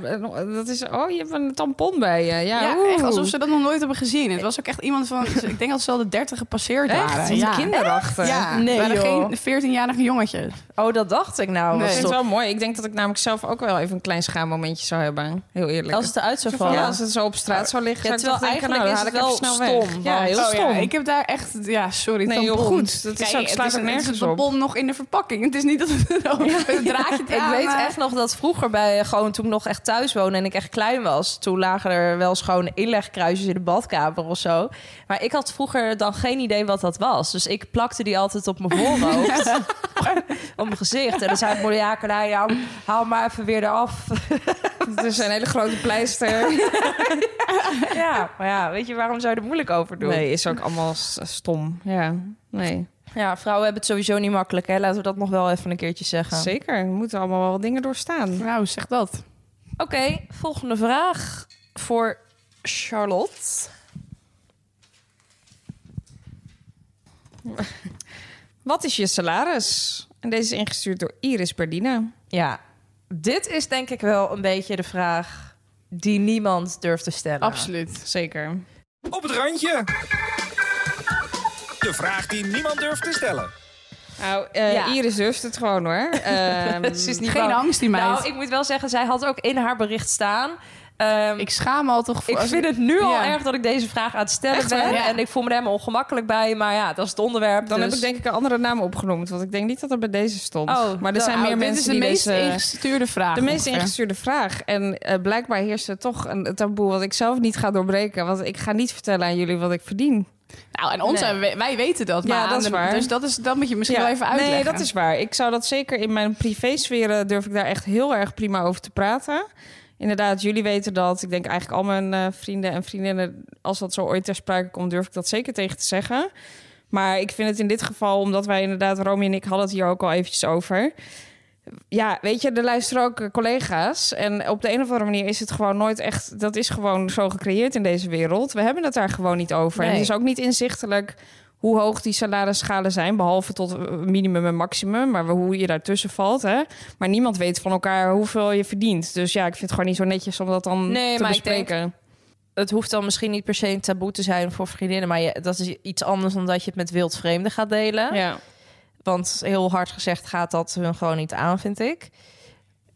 S7: dat is, oh, je hebt een tampon bij je. Ja,
S5: Ja,
S7: oeh.
S5: echt alsof ze dat nog nooit hebben gezien. Het was ook echt iemand van... Ik denk dat ze al de dertig gepasseerd
S7: Echt?
S5: waren.
S7: Van die kinderachtig.
S5: Ja,
S6: Nee,
S5: nee, waren
S6: joh.
S5: geen 14-jarige jongetjes.
S6: Oh, dat dacht ik nou.
S5: Nee.
S7: Ik
S6: Was
S7: vind
S6: toch-
S7: het wel mooi. Ik denk dat ik namelijk zelf ook wel even een klein schaammomentje zou hebben. Heel eerlijk.
S6: Als het eruit zou vallen.
S7: ja, als het zo op straat zou liggen,
S6: Ja,
S7: zou ik toch
S6: terwijl
S7: denken, nou, dan haal ik
S6: eigenlijk
S7: even
S6: is
S7: snel
S6: het wel
S7: weg.
S6: stom,
S7: Ja,
S6: want-
S7: heel
S5: Oh
S7: stom.
S5: Ja, ik heb daar echt, ja, sorry,
S7: Nee, heel
S5: tampon.
S7: goed. Dat is ook- slaat
S5: het
S7: ook
S5: een-
S7: nergens
S5: Het
S7: op.
S5: is een tampon nog in de verpakking. Het is niet dat het er ook een draadje
S6: Ik
S5: eraan,
S6: weet
S5: eh,
S6: echt nog dat vroeger bij eh, gewoon toen ik nog echt thuis woonde en ik echt klein was, toen lagen er wel eens gewoon inlegkruisjes in de badkamer of zo. Maar ik had vroeger dan geen idee wat dat was. Dus ik plakte die altijd op mijn voorhoofd. op mijn gezicht. En dan zei ik moeder, ja, Carlijn, haal, haal maar even weer eraf.
S7: Het is een hele grote pleister.
S6: ja, maar ja, weet je, waarom zou je er moeilijk over doen?
S7: Nee, is ook allemaal s- stom. Ja, nee.
S6: Ja, vrouwen hebben het sowieso niet makkelijk, hè. Laten we dat nog wel even een keertje zeggen.
S7: Zeker, er moeten allemaal wel wat dingen doorstaan.
S5: Nou, zeg dat.
S6: Oké, volgende vraag voor Charlotte.
S7: Wat is je salaris? En deze is ingestuurd door Iris Berdina.
S6: Ja, dit is denk ik wel een beetje de vraag die niemand durft te stellen.
S5: Absoluut.
S7: Zeker.
S3: Op het randje. De vraag die niemand durft te stellen.
S7: Nou, eh,
S6: Ja.
S7: Iris durft het gewoon hoor. Ehm,
S6: Ze is niet
S5: Geen
S6: bang.
S5: angst, die meid.
S6: Nou, ik moet wel zeggen, zij had ook in haar bericht staan... ehm,
S5: Ik schaam me al toch voor.
S6: Ik
S5: als
S6: vind het nu al
S5: Ja.
S6: erg dat ik deze vraag aan het stellen
S5: Echt waar,
S6: ben.
S5: ja.
S6: En ik voel me er helemaal ongemakkelijk bij. Maar ja, dat is het onderwerp.
S7: dan
S6: dus-
S7: heb ik denk ik een andere naam opgenoemd. Want ik denk niet dat er bij deze stond.
S6: Oh,
S7: maar er
S6: dat-
S7: zijn meer
S5: Nou, dit is
S7: mensen
S5: de
S7: die
S5: meest
S7: deze...
S5: ingestuurde vraag.
S7: De meest
S5: ongeveer.
S7: ingestuurde vraag. En eh, blijkbaar heerst er toch een taboe wat ik zelf niet ga doorbreken. Want ik ga niet vertellen aan jullie wat ik verdien.
S5: Nou, en ons, hebben we- wij weten dat.
S7: Ja,
S5: Maar
S7: dat is
S5: aan de-
S7: waar.
S5: Dus dat, is, dat moet je misschien
S7: Ja,
S5: wel even uitleggen.
S7: Nee, dat is waar. Ik zou dat zeker in mijn privésferen durf ik daar echt heel erg prima over te praten. Inderdaad, jullie weten dat. Ik denk eigenlijk al mijn eh, vrienden en vriendinnen, als dat zo ooit ter sprake komt, durf ik dat zeker tegen te zeggen. Maar ik vind het in dit geval, omdat wij inderdaad, Romy en ik hadden het hier ook al eventjes over. Ja, weet je, er luisteren ook eh, collega's. En op de een of andere manier is het gewoon nooit echt. Dat is gewoon zo gecreëerd in deze wereld. We hebben het daar gewoon niet over. En
S6: Nee.
S7: het is ook niet inzichtelijk hoe hoog die salarisschalen zijn. Behalve tot eh, minimum en maximum. Maar hoe je daartussen valt. Hè? Maar niemand weet van elkaar hoeveel je verdient. Dus ja, ik vind het gewoon niet zo netjes om dat dan
S6: Nee,
S7: te
S6: maar ik denk-
S7: bespreken.
S6: Het hoeft dan misschien niet per se een taboe te zijn voor vriendinnen. Maar je- dat is iets anders dan dat je het met wildvreemden gaat
S5: Ah.
S6: delen.
S7: ja.
S6: Want heel hard gezegd gaat dat hun gewoon niet aan, vind ik.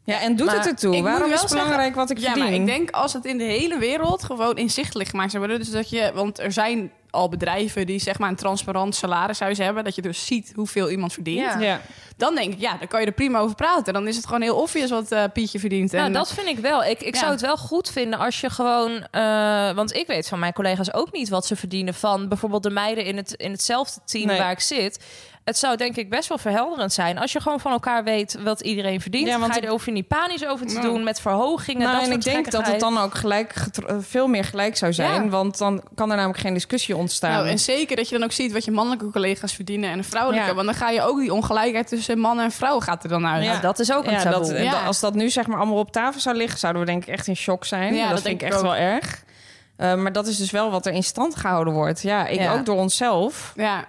S7: ja, en doet
S6: Maar
S7: het ertoe?
S5: ik moet
S7: Waarom
S5: wel
S7: is het belangrijk wat ik
S5: Ja,
S7: verdien?
S5: maar ik denk als het in de hele wereld gewoon inzichtelijk gemaakt zou worden. Dus dat je, want er zijn al bedrijven die zeg maar een transparant salarishuis hebben. Dat je dus ziet hoeveel iemand verdient.
S6: Ja.
S7: ja.
S5: Dan denk ik, ja, dan kan je er prima over praten. Dan is het gewoon heel obvious wat eh, Pietje verdient.
S6: Nou,
S5: en,
S6: dat vind ik wel. Ik, ik
S5: Ja.
S6: zou het wel goed vinden als je gewoon... eh, want ik weet van mijn collega's ook niet wat ze verdienen van... bijvoorbeeld de meiden in, het, in hetzelfde team
S7: Nee.
S6: waar ik zit. Het zou denk ik best wel verhelderend zijn... als je gewoon van elkaar weet wat iedereen verdient.
S7: Ja, want
S6: Ga je,
S7: ik-
S6: er hoef je niet panisch over te
S5: Nee.
S6: doen met verhogingen.
S7: Nou,
S6: dat
S7: en ik denk dat het dan ook gelijk getro- eh, veel meer gelijk zou zijn.
S6: Ja.
S7: Want dan kan er namelijk geen discussie ontstaan.
S5: nou, en zeker dat je dan ook ziet wat je mannelijke collega's verdienen en de vrouwelijke.
S7: Ja.
S5: Want dan ga je ook die ongelijkheid tussen man en vrouw gaat er dan uit.
S6: Ja, dat is ook een
S7: ja,
S6: taboe.
S7: dat, eh,
S5: Ja.
S7: dat- als dat nu zeg maar allemaal op tafel zou liggen, zouden we denk ik echt in shock zijn.
S5: Ja,
S7: dat,
S5: dat
S7: vind ik
S5: denk ik
S7: echt
S5: ook.
S7: wel erg. Eh, maar dat is dus wel wat er in stand gehouden wordt. Ja, ik
S6: Ja.
S7: ook door onszelf.
S5: Ja.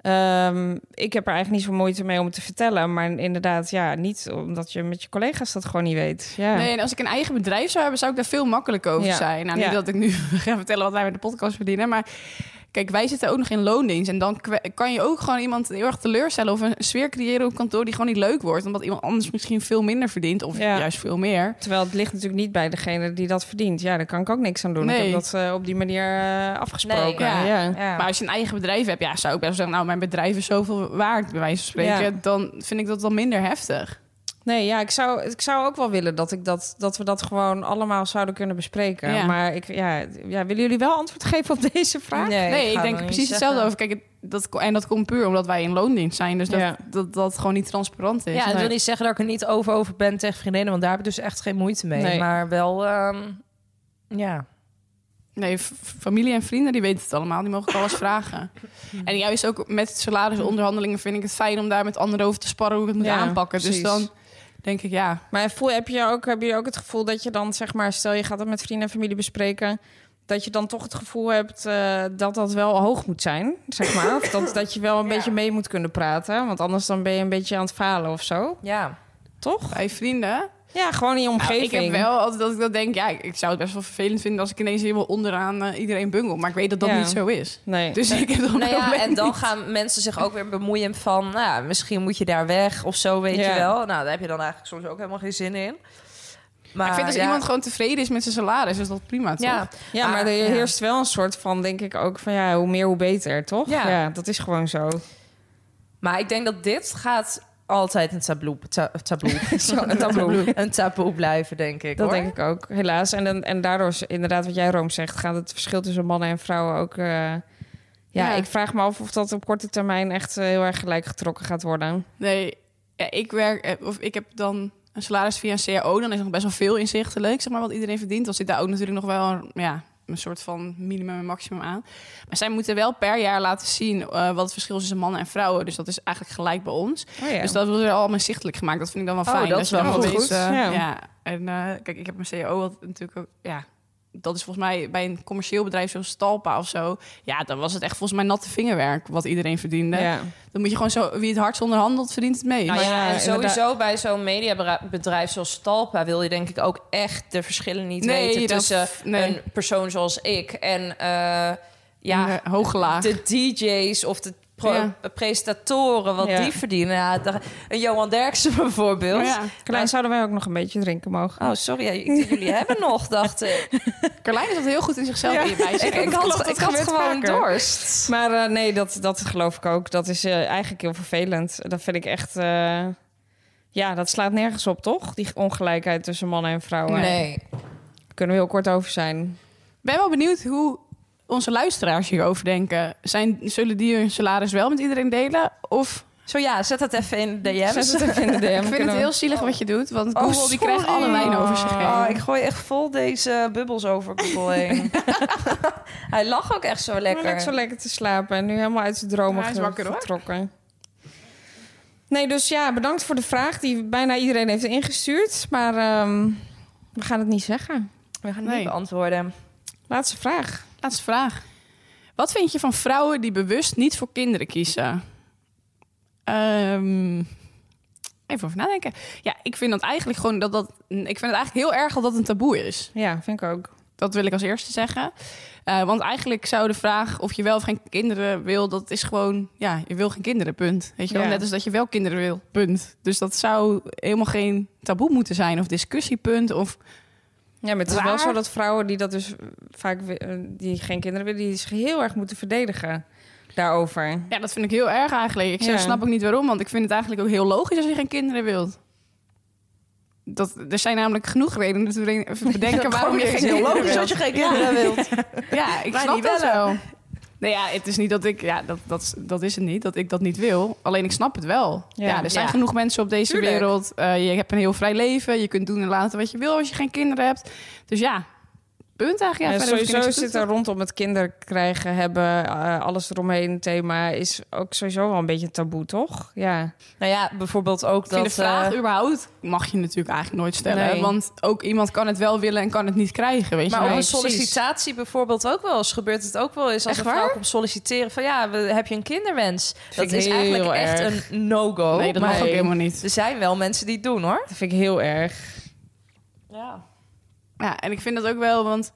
S7: Ehm, ik heb er eigenlijk niet zo moeite mee om het te vertellen. Maar inderdaad, ja, niet omdat je met je collega's dat gewoon niet weet. Ja.
S5: Nee, en als ik een eigen bedrijf zou hebben, zou ik daar veel makkelijker over
S7: Ja.
S5: zijn. Nou, niet
S7: Ja.
S5: dat ik nu ga vertellen wat wij met de podcast verdienen, maar kijk, wij zitten ook nog in loondienst. En dan kwe- kan je ook gewoon iemand heel erg teleurstellen of een sfeer creëren op kantoor die gewoon niet leuk wordt, omdat iemand anders misschien veel minder verdient of
S7: Ja.
S5: juist veel meer.
S7: Terwijl het ligt natuurlijk niet bij degene die dat verdient. Ja, daar kan ik ook niks aan doen. Ik
S5: Nee.
S7: heb dat eh, op die manier eh, afgesproken.
S5: Nee, ja.
S7: ja.
S5: Maar als je een eigen bedrijf hebt, ja, zou ik best wel zeggen, nou, mijn bedrijf is zoveel waard, bij wijze van spreken. Dan vind ik dat dan minder heftig.
S7: Nee, ja, ik zou, ik zou ook wel willen dat, ik dat, dat we dat gewoon allemaal zouden kunnen bespreken.
S5: Ja.
S7: Maar ik, ja, ja, willen jullie wel antwoord geven op deze vraag?
S5: Nee, ik, denk er precies hetzelfde over. Kijk, het- dat, ko- en dat komt puur omdat wij in loondienst zijn. Dus dat
S7: Ja.
S5: dat, dat gewoon niet transparant is.
S6: Ja, dat
S5: Nee.
S6: wil niet zeggen dat ik er niet over over ben tegen vriendinnen... want daar heb ik dus echt geen moeite mee.
S7: Nee.
S6: Maar wel... ehm, ja.
S5: Nee, f- familie en vrienden die weten het allemaal. Die mogen ik alles vragen. En juist ook met salarisonderhandelingen vind ik het fijn om daar met anderen over te sparren hoe ik het moet
S7: Ja,
S5: aanpakken.
S7: precies.
S5: Dus dan denk ik ja.
S7: Maar voel, heb je ook, hebben jullie ook het gevoel dat je dan, zeg maar, stel je gaat het met vrienden en familie bespreken, dat je dan toch het gevoel hebt eh, dat dat wel hoog moet zijn, zeg maar? Of dat, dat je wel een beetje mee moet kunnen praten, want anders dan ben je een beetje aan het falen of zo,
S6: ja.
S7: toch?
S5: Bij vrienden.
S7: Ja, gewoon in je
S5: Nou, ik
S7: omgeving.
S5: heb wel altijd dat ik dat denk. Ja, ik, ik zou het best wel vervelend vinden als ik ineens helemaal onderaan eh, iedereen bungel. Maar ik weet dat dat
S7: Ja.
S5: niet zo is.
S7: Nee.
S5: Dus ik heb dan
S6: Nou ja, en dan
S5: gaat
S6: gaan mensen zich ook weer bemoeien van... Nou, ja, misschien moet je daar weg of zo, weet
S7: Ja.
S6: je wel. Nou, daar heb je dan eigenlijk soms ook helemaal geen zin in. Maar
S5: Ik vind als
S6: ja,
S5: iemand gewoon tevreden is met zijn salaris, is dat prima toch?
S6: Ja,
S7: Ja,
S5: Ah,
S7: maar er heerst wel een soort van, denk ik ook, van ja, hoe meer, hoe beter, toch?
S6: Ja.
S7: dat is gewoon zo.
S6: Maar ik denk dat dit gaat altijd een taboe, ta- taboe,
S7: zo een taboe.
S6: een taboe blijven, denk ik.
S7: Dat
S6: hoor.
S7: denk ik ook, helaas. En, dan- en daardoor, is inderdaad, wat jij Room zegt, gaat het verschil tussen mannen en vrouwen ook... eh, ja,
S5: Ja.
S7: ik vraag me af of dat op korte termijn echt eh, heel erg gelijk getrokken gaat worden.
S5: Nee, ja, ik werk eh, of ik heb dan een salaris via een CAO, dan is nog best wel veel inzichtelijk, zeg maar, wat iedereen verdient. Dan zit daar ook natuurlijk nog wel een, ja, een soort van minimum en maximum aan. Maar zij moeten wel per jaar laten zien eh, wat het verschil is tussen mannen en vrouwen. Dus dat is eigenlijk gelijk bij ons. Dus dat wordt wel allemaal zichtelijk gemaakt. Dat vind ik dan wel
S6: Oh,
S5: fijn.
S6: dat
S5: je
S6: is wel
S5: dan
S7: goed.
S5: weet, eh,
S7: Ja.
S5: ja. en eh, kijk, ik heb mijn CAO, wat natuurlijk ook, ja, dat is volgens mij bij een commercieel bedrijf zoals Stalpa of zo. Ja, dan was het echt volgens mij natte vingerwerk wat iedereen verdiende.
S7: Ja.
S5: Dan moet je gewoon zo, wie het hardst onderhandelt, verdient het mee.
S6: Nou
S7: Maar
S6: ja,
S7: ja,
S6: en sowieso bij zo'n mediabedrijf zoals Stalpa wil je denk ik ook echt de verschillen niet
S5: Nee,
S6: weten
S5: dat-
S6: tussen
S5: nee.
S6: een persoon zoals ik en eh, ja,
S5: ja, hoog gelaagd.
S6: de DJ's of de pro-
S5: Ja.
S6: presentatoren, wat
S7: Ja.
S6: die verdienen. Ja, dat- een Johan Derksen bijvoorbeeld.
S5: Ja.
S7: Klein zouden wij ook nog een beetje drinken mogen.
S6: Oh, sorry, ja, j- jullie hebben nog, dacht ik.
S5: Carlijn is dat heel goed in zichzelf
S7: Ja.
S5: in je meisje.
S6: Ik, ik
S7: dat klopt,
S6: had,
S7: dat
S6: ik had
S7: gebeurt
S6: gewoon
S7: vaker.
S6: dorst.
S7: Maar eh, nee, dat, dat geloof ik ook. Dat is eh, eigenlijk heel vervelend. Dat vind ik echt... eh, ja, dat slaat nergens op, toch? Die ongelijkheid tussen mannen en vrouwen. Daar kunnen we heel kort over zijn.
S5: ben wel benieuwd hoe onze luisteraars hierover denken. Zijn, zullen die hun salaris wel met iedereen delen? Of
S6: Zo ja, zet dat even in de DM's.
S7: Zet het even in de DM.
S5: ik vind het
S7: Kunnen we-
S5: heel zielig wat je doet, want
S6: Oh,
S5: Google die
S6: sorry.
S5: krijgt alle wijn over zich heen.
S6: Oh, ik gooi echt vol deze bubbels over Google heen. Hij lag ook echt zo
S7: Maar
S6: lekker.
S7: lekker zo lekker te slapen en nu helemaal uit zijn dromen
S5: Maar hij is
S7: ge-
S5: wakker, hoor.
S7: getrokken. Nee, dus ja, bedankt voor de vraag die bijna iedereen heeft ingestuurd. Maar ehm, we gaan het niet zeggen.
S6: We gaan
S5: Nee.
S6: niet beantwoorden.
S7: Laatste vraag.
S5: Laatste vraag. Wat vind je van vrouwen die bewust niet voor kinderen kiezen? Ehm, even over nadenken. Ja, ik vind dat eigenlijk gewoon dat dat. Ik vind het eigenlijk heel erg dat dat een taboe is.
S7: Ja, vind ik ook.
S5: Dat wil ik als eerste zeggen. Eh, want eigenlijk zou de vraag of je wel of geen kinderen wil, dat is gewoon, ja, je wil geen kinderen, punt. Weet je wel?
S7: Ja.
S5: Net als dat je wel kinderen wil, punt. Dus dat zou helemaal geen taboe moeten zijn of discussiepunt. Of
S7: Ja, maar het is wel
S5: Waar?
S7: zo dat vrouwen die dat dus eh, vaak wi- eh, die geen kinderen willen, die zich heel erg moeten verdedigen daarover.
S5: ja, dat vind ik heel erg eigenlijk. Ik
S7: Ja.
S5: snap ook niet waarom, want ik vind het eigenlijk ook heel logisch als je geen kinderen wilt. Dat, er zijn namelijk genoeg redenen te beden- bedenken waarom je geen kinderen wilt.
S6: je geen kinderen wilt.
S5: Ja, ik
S6: Wij
S5: snap
S6: niet
S5: dat
S6: bellen.
S5: wel. Nee, ja, het is niet dat ik... Ja, dat, dat, is- dat is het niet, dat ik dat niet wil. Alleen ik snap het wel. Ja,
S7: Ja.
S5: er zijn
S6: Ja.
S5: genoeg mensen op deze
S7: Tuurlijk.
S5: wereld. Eh, je hebt een heel vrij leven. Je kunt doen en laten wat je wil als je geen kinderen hebt. Dus ja, punt eigenlijk. Ja,
S7: Ja,
S5: verder hoef ik er
S7: Eh, sowieso
S5: niks aan
S7: zit
S5: toe
S7: er
S5: te
S7: rondom het kinderen krijgen, hebben, eh, alles eromheen, thema is ook sowieso wel een beetje taboe, toch? Ja.
S6: Nou ja, bijvoorbeeld ook
S5: voegen.
S6: dat...
S5: Ik vind de vraag
S6: eh,
S5: überhaupt mag je natuurlijk eigenlijk nooit stellen.
S7: Nee.
S5: Want ook iemand kan het wel willen en kan het niet krijgen, weet
S6: maar
S5: je
S6: op
S5: wel.
S6: een
S7: precies.
S6: sollicitatie bijvoorbeeld ook wel eens gebeurt het ook wel eens als
S7: Echt
S6: een vrouw
S7: waar?
S6: komt solliciteren van ja, we, heb je een kinderwens? Dat
S7: ik
S6: is eigenlijk
S7: heel
S6: echt
S7: erg.
S6: een no-go.
S5: nee, dat
S6: maar
S5: mag ook helemaal niet.
S6: Er zijn wel mensen die het doen hoor.
S7: Dat vind ik heel erg.
S6: Ja.
S5: Ja, en ik vind dat ook wel, want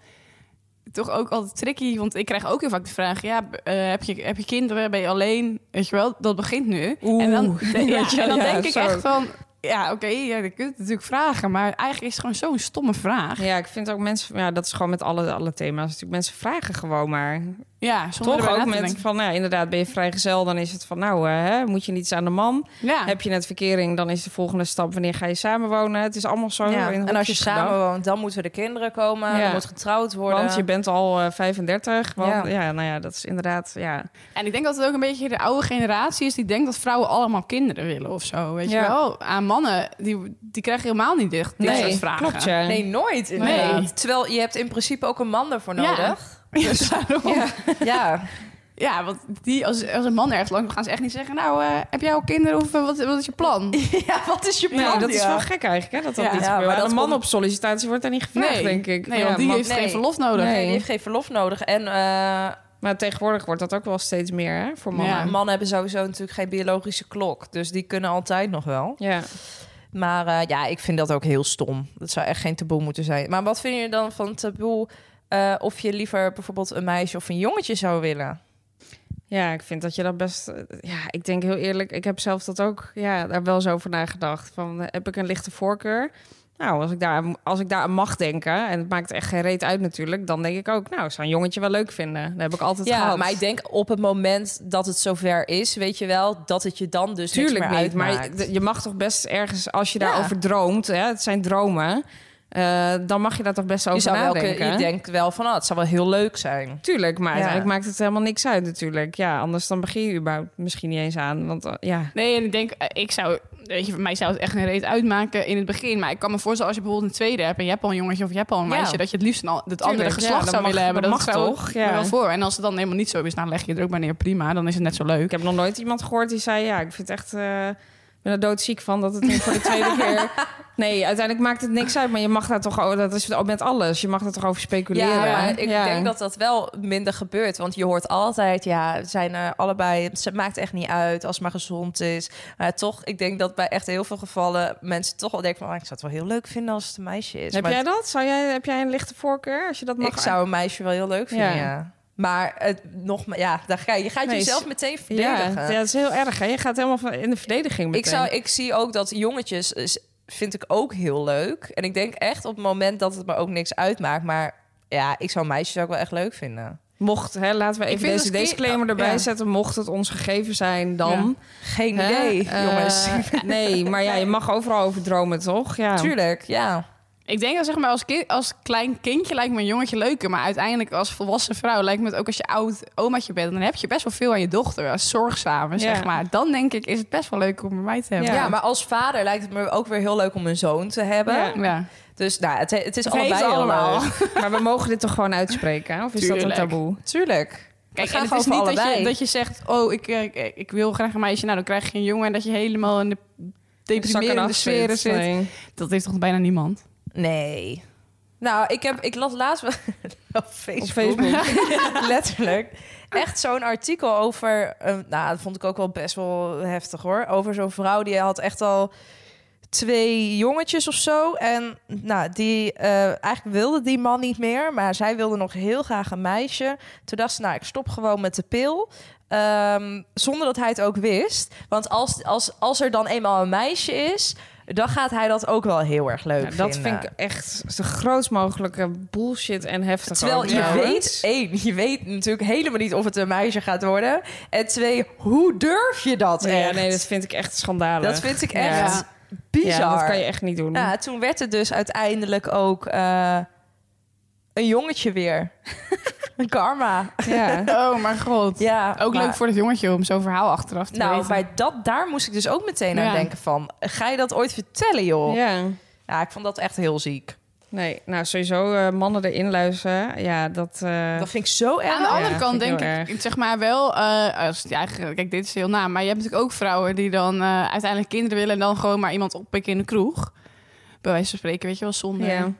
S5: toch ook altijd tricky. Want ik krijg ook heel vaak de vraag: ja, b- eh, heb, je, heb je kinderen? Ben je alleen? Weet je wel, dat begint nu. en dan, ja, en dan
S7: ja,
S5: denk ik
S7: zo.
S5: echt van: ja, oké, ja, je kunt het natuurlijk vragen, maar eigenlijk is het gewoon zo'n stomme vraag.
S7: Ja, ik vind ook mensen, ja, dat is gewoon met alle, alle thema's natuurlijk. Mensen vragen gewoon maar.
S5: Ja, zonder
S7: Toch
S5: erbij
S7: ook
S5: na te
S7: met
S5: denken.
S7: van, nou, ja, inderdaad, ben je vrijgezel, dan is het van, nou, eh, hè, moet je niets aan de man.
S5: Ja.
S7: Heb je net verkering, dan is de volgende stap, wanneer ga je samenwonen? Het is allemaal zo. in
S6: En als je
S7: hokjes
S6: samen
S7: gedacht.
S6: woont, dan moeten de kinderen komen.
S7: Ja.
S6: Dan moet getrouwd worden.
S7: Want je bent al eh, 35. Want,
S6: Ja.
S7: ja. nou ja, dat is inderdaad, ja.
S5: En ik denk dat het ook een beetje de oude generatie is die denkt dat vrouwen allemaal kinderen willen of zo. Weet je
S7: Ja.
S5: wel? Aan mannen, die, die krijgen helemaal niet dicht dit soort vragen.
S7: klopt, ja.
S6: Nee, nooit.
S5: inderdaad.
S6: Nee. Terwijl je hebt in principe ook een man daarvoor
S5: Ja.
S6: nodig.
S5: Ja, daarom.
S6: Ja.
S5: Ja, want die, als, als een man ergens langs gaat, gaan ze echt niet zeggen... nou, eh, heb jij al kinderen of eh, wat, wat is je plan?
S6: ja, wat is je
S7: Nee,
S6: plan?
S7: dat is
S6: Ja.
S7: wel gek eigenlijk, hè, dat dat
S5: Ja.
S7: niet
S6: Ja,
S7: gebeurt.
S6: maar
S7: Aan
S6: dat
S7: een man
S6: komt-
S7: op sollicitatie wordt daar niet gevraagd, denk ik.
S5: Nee,
S7: Ja,
S5: want die
S7: man-
S5: heeft geen
S6: nee.
S5: verlof nodig.
S7: Nee.
S6: Nee, die heeft geen verlof nodig. En eh,
S7: Maar tegenwoordig wordt dat ook wel steeds meer, hè, voor mannen.
S5: Ja.
S6: mannen hebben sowieso natuurlijk geen biologische klok. Dus die kunnen altijd nog wel.
S7: Ja.
S6: Maar eh, ja, ik vind dat ook heel stom. Dat zou echt geen taboe moeten zijn. Maar wat vind je dan van taboe... eh, of je liever bijvoorbeeld een meisje of een jongetje zou willen?
S7: Ja, ik vind dat je dat best. eh, Ja, ik denk heel eerlijk, ik heb zelf dat ook ja, daar wel zo over nagedacht. Van eh, heb ik een lichte voorkeur? Nou, als ik, daar, als ik daar aan mag denken, en het maakt echt geen reet uit natuurlijk, dan denk ik ook, nou, zou een jongetje wel leuk vinden. Dat heb ik altijd
S6: ja,
S7: gehad.
S6: maar ik denk op het moment dat het zover is, weet je wel, dat het je dan dus
S7: Tuurlijk
S6: niks meer
S7: niet, maar
S6: uitmaakt.
S7: je- je mag toch best ergens, als je
S6: Ja.
S7: daarover droomt, hè, het zijn dromen, eh, dan mag je daar toch best
S6: je,
S7: over
S6: zou wel,
S7: nadenken.
S6: kun- je denkt wel van, ah, het zou wel heel leuk zijn.
S7: Tuurlijk, maar
S6: Ja.
S7: uiteindelijk maakt het helemaal niks uit natuurlijk. Ja, anders dan begin je überhaupt misschien niet eens aan, want eh, ja...
S5: Nee, en ik denk, eh, ik zou, weet je, voor mij zou het echt een reet uitmaken in het begin. Maar ik kan me voorstellen, als je bijvoorbeeld een tweede hebt en je hebt al een jongetje of je hebt al een
S6: Ja.
S5: meisje, dat je het liefst een, al- het andere
S7: Tuurlijk, ja,
S5: geslacht
S7: dat
S5: zou
S7: mag-
S5: willen hebben.
S7: dat
S5: Dat,
S7: mag
S5: zou
S7: toch?
S5: ik
S7: Ja.
S5: me wel voor. En als het dan helemaal niet zo is, nou leg je er ook maar neer, prima. Dan is het net zo leuk.
S7: Ik heb nog nooit iemand gehoord die zei: Ja, ik vind het echt. eh, ik ben er doodziek van dat het nu voor de tweede keer. Nee, uiteindelijk maakt het niks uit. Maar je mag daar toch over. Dat is met alles. Je mag daar toch over speculeren.
S6: Ja, maar ik denk dat dat wel minder gebeurt. Want je hoort altijd, ja, we zijn er allebei. Het maakt echt niet uit als het maar gezond is. Maar toch, ik denk dat bij echt heel veel gevallen mensen toch wel denken van... ah, ik zou het wel heel leuk vinden als het een meisje is.
S7: Heb
S6: Maar
S7: jij dat? Zou jij, heb jij een lichte voorkeur als je dat mag?
S6: Ik zou een meisje wel heel leuk vinden, ja.
S7: Ja.
S6: Maar het, nog, maar- ja, daar ga je, je gaat
S7: Nee,
S6: jezelf
S7: s-
S6: meteen
S7: Ja,
S6: verdedigen.
S7: ja, dat is heel erg. Hè? Je gaat helemaal van- in de verdediging meteen.
S6: Ik, zou, ik zie ook dat jongetjes is- vind ik ook heel leuk. En ik denk echt op het moment dat het me ook niks uitmaakt. Maar ja, ik zou meisjes ook wel echt leuk vinden.
S7: Mocht, hè, laten we even
S5: vind
S7: deze
S5: als ki-
S7: disclaimer erbij
S5: Ja.
S7: zetten. Mocht het ons gegeven zijn, dan...
S6: Geen
S7: Hè?
S6: idee,
S7: Eh,
S6: jongens.
S7: nee, maar ja, je mag overal over dromen, toch?
S5: Oh.
S7: Ja.
S6: Tuurlijk, ja.
S5: Ik denk dat zeg maar als, kind, als klein kindje lijkt me een jongetje leuker. Maar uiteindelijk als volwassen vrouw lijkt me het ook als je oud omaatje bent. Dan heb je best wel veel aan je dochter. Als zorgzame, zeg maar. Dan denk ik is het best wel leuk om een meid te hebben.
S6: Ja, maar als vader lijkt het me ook weer heel leuk om een zoon te hebben.
S7: Ja.
S5: Ja.
S6: Dus nou, het, het is
S7: Het
S6: allebei
S7: heeft
S6: heel
S7: allemaal.
S6: leuk.
S7: Maar we mogen dit toch gewoon uitspreken? hè? Of is dat een
S5: Tuurlijk.
S7: taboe?
S6: Tuurlijk.
S5: Kijk,
S6: gaan
S5: en het
S6: gewoon
S5: is niet
S6: voor
S5: dat je,
S6: allebei.
S5: dat je zegt... oh, ik, eh, ik, ik wil graag een meisje. Nou, dan krijg je een jongen... en dat je helemaal in de deprimerende sferen zit.
S7: Nee.
S5: Dat heeft toch bijna niemand?
S6: Nee. Nou, ik, heb, ik las laatst wel op Facebook,
S7: Op Facebook.
S6: letterlijk, echt zo'n artikel over... eh, nou, dat vond ik ook wel best wel heftig hoor. Over zo'n vrouw die had echt al twee jongetjes of zo. En nou, die, eh, eigenlijk wilde die man niet meer, maar zij wilde nog heel graag een meisje. Toen dacht ze, nou, ik stop gewoon met de pil. Ehm, zonder dat hij het ook wist. Want als, als, als er dan eenmaal een meisje is, dan gaat hij dat ook wel heel erg leuk
S7: Ja, dat
S6: vinden.
S7: vind ik echt de grootst mogelijke bullshit en heftig.
S6: Terwijl
S7: ook,
S6: je
S7: trouwens.
S6: weet, één, je weet natuurlijk helemaal niet of het een meisje gaat worden. En twee, hoe durf je dat
S7: Ja,
S6: echt?
S7: nee, dat vind ik echt schandalig.
S6: Dat vind ik echt
S5: Ja.
S6: bizar.
S7: Ja, dat kan je echt niet doen.
S6: Ja, toen werd het dus uiteindelijk ook eh, een jongetje weer. een karma.
S7: Ja.
S5: Oh, mijn god.
S6: Ja,
S5: Ook
S6: maar-
S5: leuk voor het jongetje om zo'n verhaal achteraf te
S6: Nou,
S5: weten.
S6: bij dat, daar moest ik dus ook meteen aan
S5: Ja.
S6: denken van... ga je dat ooit vertellen, joh? Ja.
S7: ja.
S6: ik vond dat echt heel ziek.
S7: Nee, nou sowieso eh, mannen erin luisteren. Ja, dat... eh,
S6: Dat vind ik zo erg.
S5: Aan de
S7: Ja,
S5: andere kant
S7: vind ik
S5: denk
S7: heel
S5: ik, zeg maar wel, eh, als het eigenlijk, kijk, dit is heel na, maar je hebt natuurlijk ook vrouwen die dan eh, uiteindelijk kinderen willen en dan gewoon maar iemand oppikken in de kroeg. Bij wijze van spreken, weet je wel, zonder,
S7: Ja.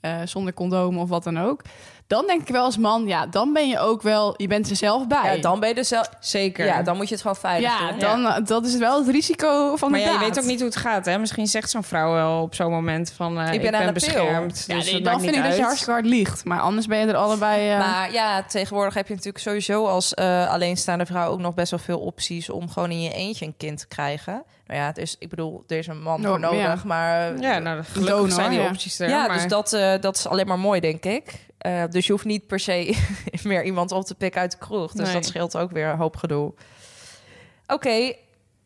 S5: eh, zonder condoom of wat dan ook. Dan denk ik wel als man, ja, dan ben je ook wel, je bent er zelf bij.
S6: Ja, dan ben je dus zelf...
S7: Zeker.
S6: Ja, dan moet je het gewoon veilig
S5: Ja,
S6: doen.
S5: dan, eh, dat is wel het risico van
S7: maar
S5: de
S7: ja, je
S5: daad.
S7: weet ook niet hoe het gaat, hè? Misschien zegt zo'n vrouw wel op zo'n moment van... eh,
S6: Ik
S7: ik
S6: ben
S7: ben,
S6: aan de pil.
S7: beschermd.
S5: Ja,
S7: dus
S5: nee,
S7: dat
S5: dan
S7: maakt
S5: vind
S7: niet
S5: ik dat je
S7: uit.
S5: hartstikke hard liegt. Maar anders ben je er allebei... eh,
S6: Maar ja, tegenwoordig heb je natuurlijk sowieso als eh, alleenstaande vrouw ook nog best wel veel opties om gewoon in je eentje een kind te krijgen. Nou ja, dus ik bedoel, er is een man
S5: Oh,
S6: voor nodig,
S5: ja.
S6: maar eh,
S7: Ja, nou, gelukkig
S5: Donor,
S7: zijn die
S5: ja.
S7: opties er.
S6: ja,
S7: maar...
S6: dus dat, eh, dat is alleen maar mooi, denk ik. Eh, dus je hoeft niet per se meer iemand op te pikken uit de kroeg. Dus
S7: Nee.
S6: dat scheelt ook weer een hoop gedoe. Oké.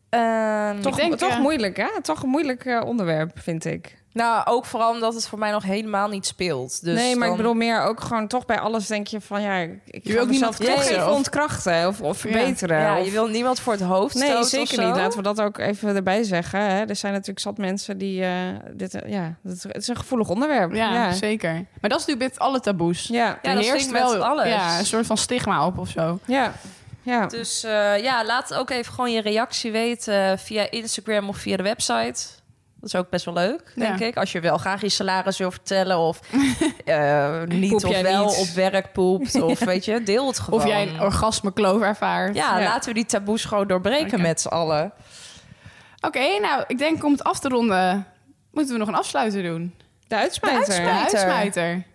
S6: ehm,
S7: Toch,
S5: Ik denk,
S7: toch
S5: eh,
S7: moeilijk, hè? Toch een moeilijk eh, onderwerp, vind ik.
S6: Nou, ook vooral omdat het voor mij nog helemaal niet speelt. Dus
S7: nee, maar
S6: dan-
S7: ik bedoel meer ook gewoon toch bij alles denk je van... Ja, ik ik
S5: wil
S7: ga
S5: ook niemand
S7: mezelf toch
S6: kwetsen,
S7: even
S5: of-
S7: ontkrachten of, of
S5: Ja.
S7: verbeteren.
S6: Ja,
S7: of-
S6: je wil niemand voor het hoofd stoten
S7: Nee,
S6: of
S7: zeker
S6: zo.
S7: niet. Laten we dat ook even erbij zeggen. Hè? Er zijn natuurlijk zat mensen die... eh, dit, eh, ja, dit- het is een gevoelig onderwerp.
S5: ja,
S7: ja.
S5: zeker. Maar dat is natuurlijk met alle taboes.
S7: Ja,
S6: Ja,
S5: Er
S6: dat
S5: heerst
S6: vind ik met alles.
S5: Ja, een soort van stigma op of zo.
S7: ja, ja.
S6: Dus eh, ja, laat ook even gewoon je reactie weten eh, via Instagram of via de website. Dat is ook best wel leuk, denk
S5: Ja.
S6: ik. Als je wel graag je salaris wil vertellen of eh, niet
S7: Poep
S6: of
S7: jij
S6: wel
S7: niet?
S6: op werk poept. Of weet je, deel het gewoon.
S5: Of jij een orgasmekloof ervaart.
S6: ja,
S7: Ja.
S6: laten we die taboes gewoon doorbreken
S5: Oké.
S6: met z'n allen.
S5: Oké, nou, ik denk om het af te ronden moeten we nog een afsluiter doen.
S7: De uitsmijter.
S5: De
S6: uitsmijter.
S5: uitsmijter.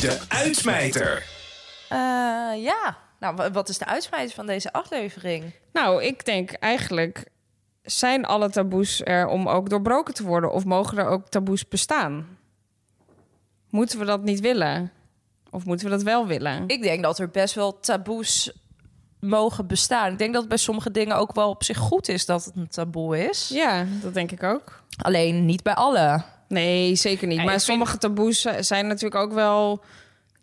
S3: De uitsmijter.
S6: Eh, ja, nou, wa- wat is de uitsmijter van deze aflevering?
S7: Nou, ik denk eigenlijk... Zijn alle taboes er om ook doorbroken te worden? Of mogen er ook taboes bestaan? Moeten we dat niet willen? Of moeten we dat wel willen?
S6: Ik denk dat er best wel taboes mogen bestaan. Ik denk dat het bij sommige dingen ook wel op zich goed is dat het een taboe is.
S7: Ja, dat denk ik ook.
S6: Alleen niet bij alle.
S7: Nee, zeker niet.
S5: Nee,
S7: maar
S5: ik vind-
S7: sommige taboes eh, zijn natuurlijk ook wel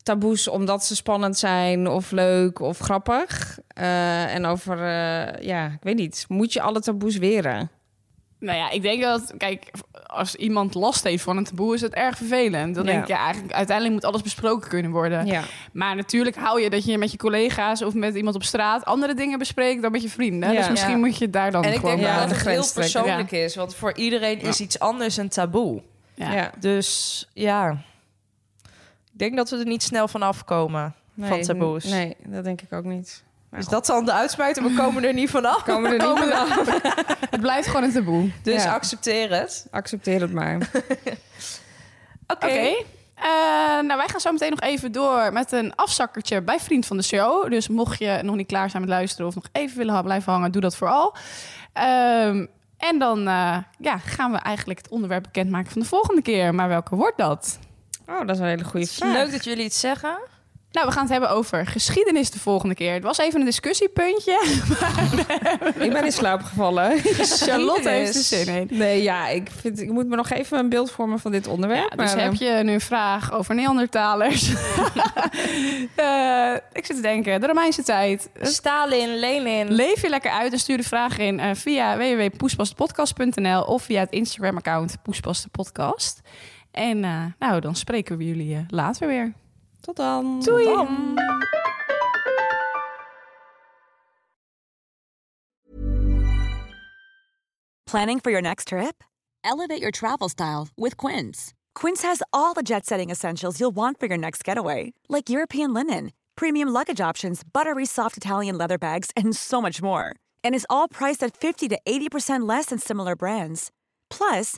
S7: taboes omdat ze spannend zijn of leuk of grappig. Eh, en over, eh, ja, ik weet niet. Moet je alle taboes weren?
S5: Nou ja, ik denk dat, kijk, als iemand last heeft van een taboe, is het erg vervelend. Dan
S7: Ja.
S5: denk je eigenlijk, uiteindelijk moet alles besproken kunnen worden.
S7: Ja.
S5: Maar natuurlijk hou je dat je met je collega's of met iemand op straat andere dingen bespreekt dan met je vrienden.
S7: Ja.
S5: Dus misschien
S6: Ja.
S5: moet je daar dan
S6: En ik
S5: gewoon
S7: ja,
S6: denk
S5: bij-
S6: dat
S7: de
S6: het heel
S7: grens trekken.
S6: persoonlijk is. Want voor iedereen is iets anders een taboe.
S5: Ja.
S7: Ja.
S6: Dus ja, ik denk dat we er niet snel van afkomen.
S7: Nee,
S6: Van taboes.
S7: Nee, dat denk ik ook niet.
S6: is dat dan de uitsmijter? We komen er niet vanaf.
S7: Komen er niet meer af.
S5: Het blijft gewoon een taboe.
S6: Dus
S7: Ja.
S6: accepteer het.
S7: Accepteer het maar.
S6: Oké.
S5: Oké. Eh, Eh, nou, wij gaan zo meteen nog even door met een afzakkertje bij Vriend van de Show. Dus mocht je nog niet klaar zijn met luisteren of nog even willen ha- blijven hangen, doe dat vooral. Ehm, en dan eh, ja, gaan we eigenlijk het onderwerp bekendmaken van de volgende keer. Maar welke wordt dat?
S7: Oh, dat is een hele goede vraag.
S6: Leuk dat jullie het zeggen.
S5: Nou, we gaan het hebben over geschiedenis de volgende keer. Het was even een discussiepuntje.
S7: Ik ben in slaap gevallen.
S5: Charlotte heeft er zin in.
S7: Nee, ja, ik, vind, ik moet me nog even een beeld vormen van dit onderwerp.
S5: Ja, dus
S7: maar, eh,
S5: heb je nu een vraag over Neandertalers? Eh, ik zit te denken, de Romeinse tijd.
S6: Stalin, Lenin.
S5: Leef je lekker uit en stuur de vraag in eh, via www.poespastepodcast.nl of via het Instagram-account Poespastepodcast. En eh, nou, dan spreken we jullie eh, later weer.
S7: Tot dan.
S5: Doei!
S8: Planning for your next trip? Elevate your travel style with Quince. Quince has all the jet setting essentials you'll want for your next getaway, like European linen, premium luggage options, buttery soft Italian leather bags, and so much more. And is all priced at 50 to 80% less than similar brands. Plus,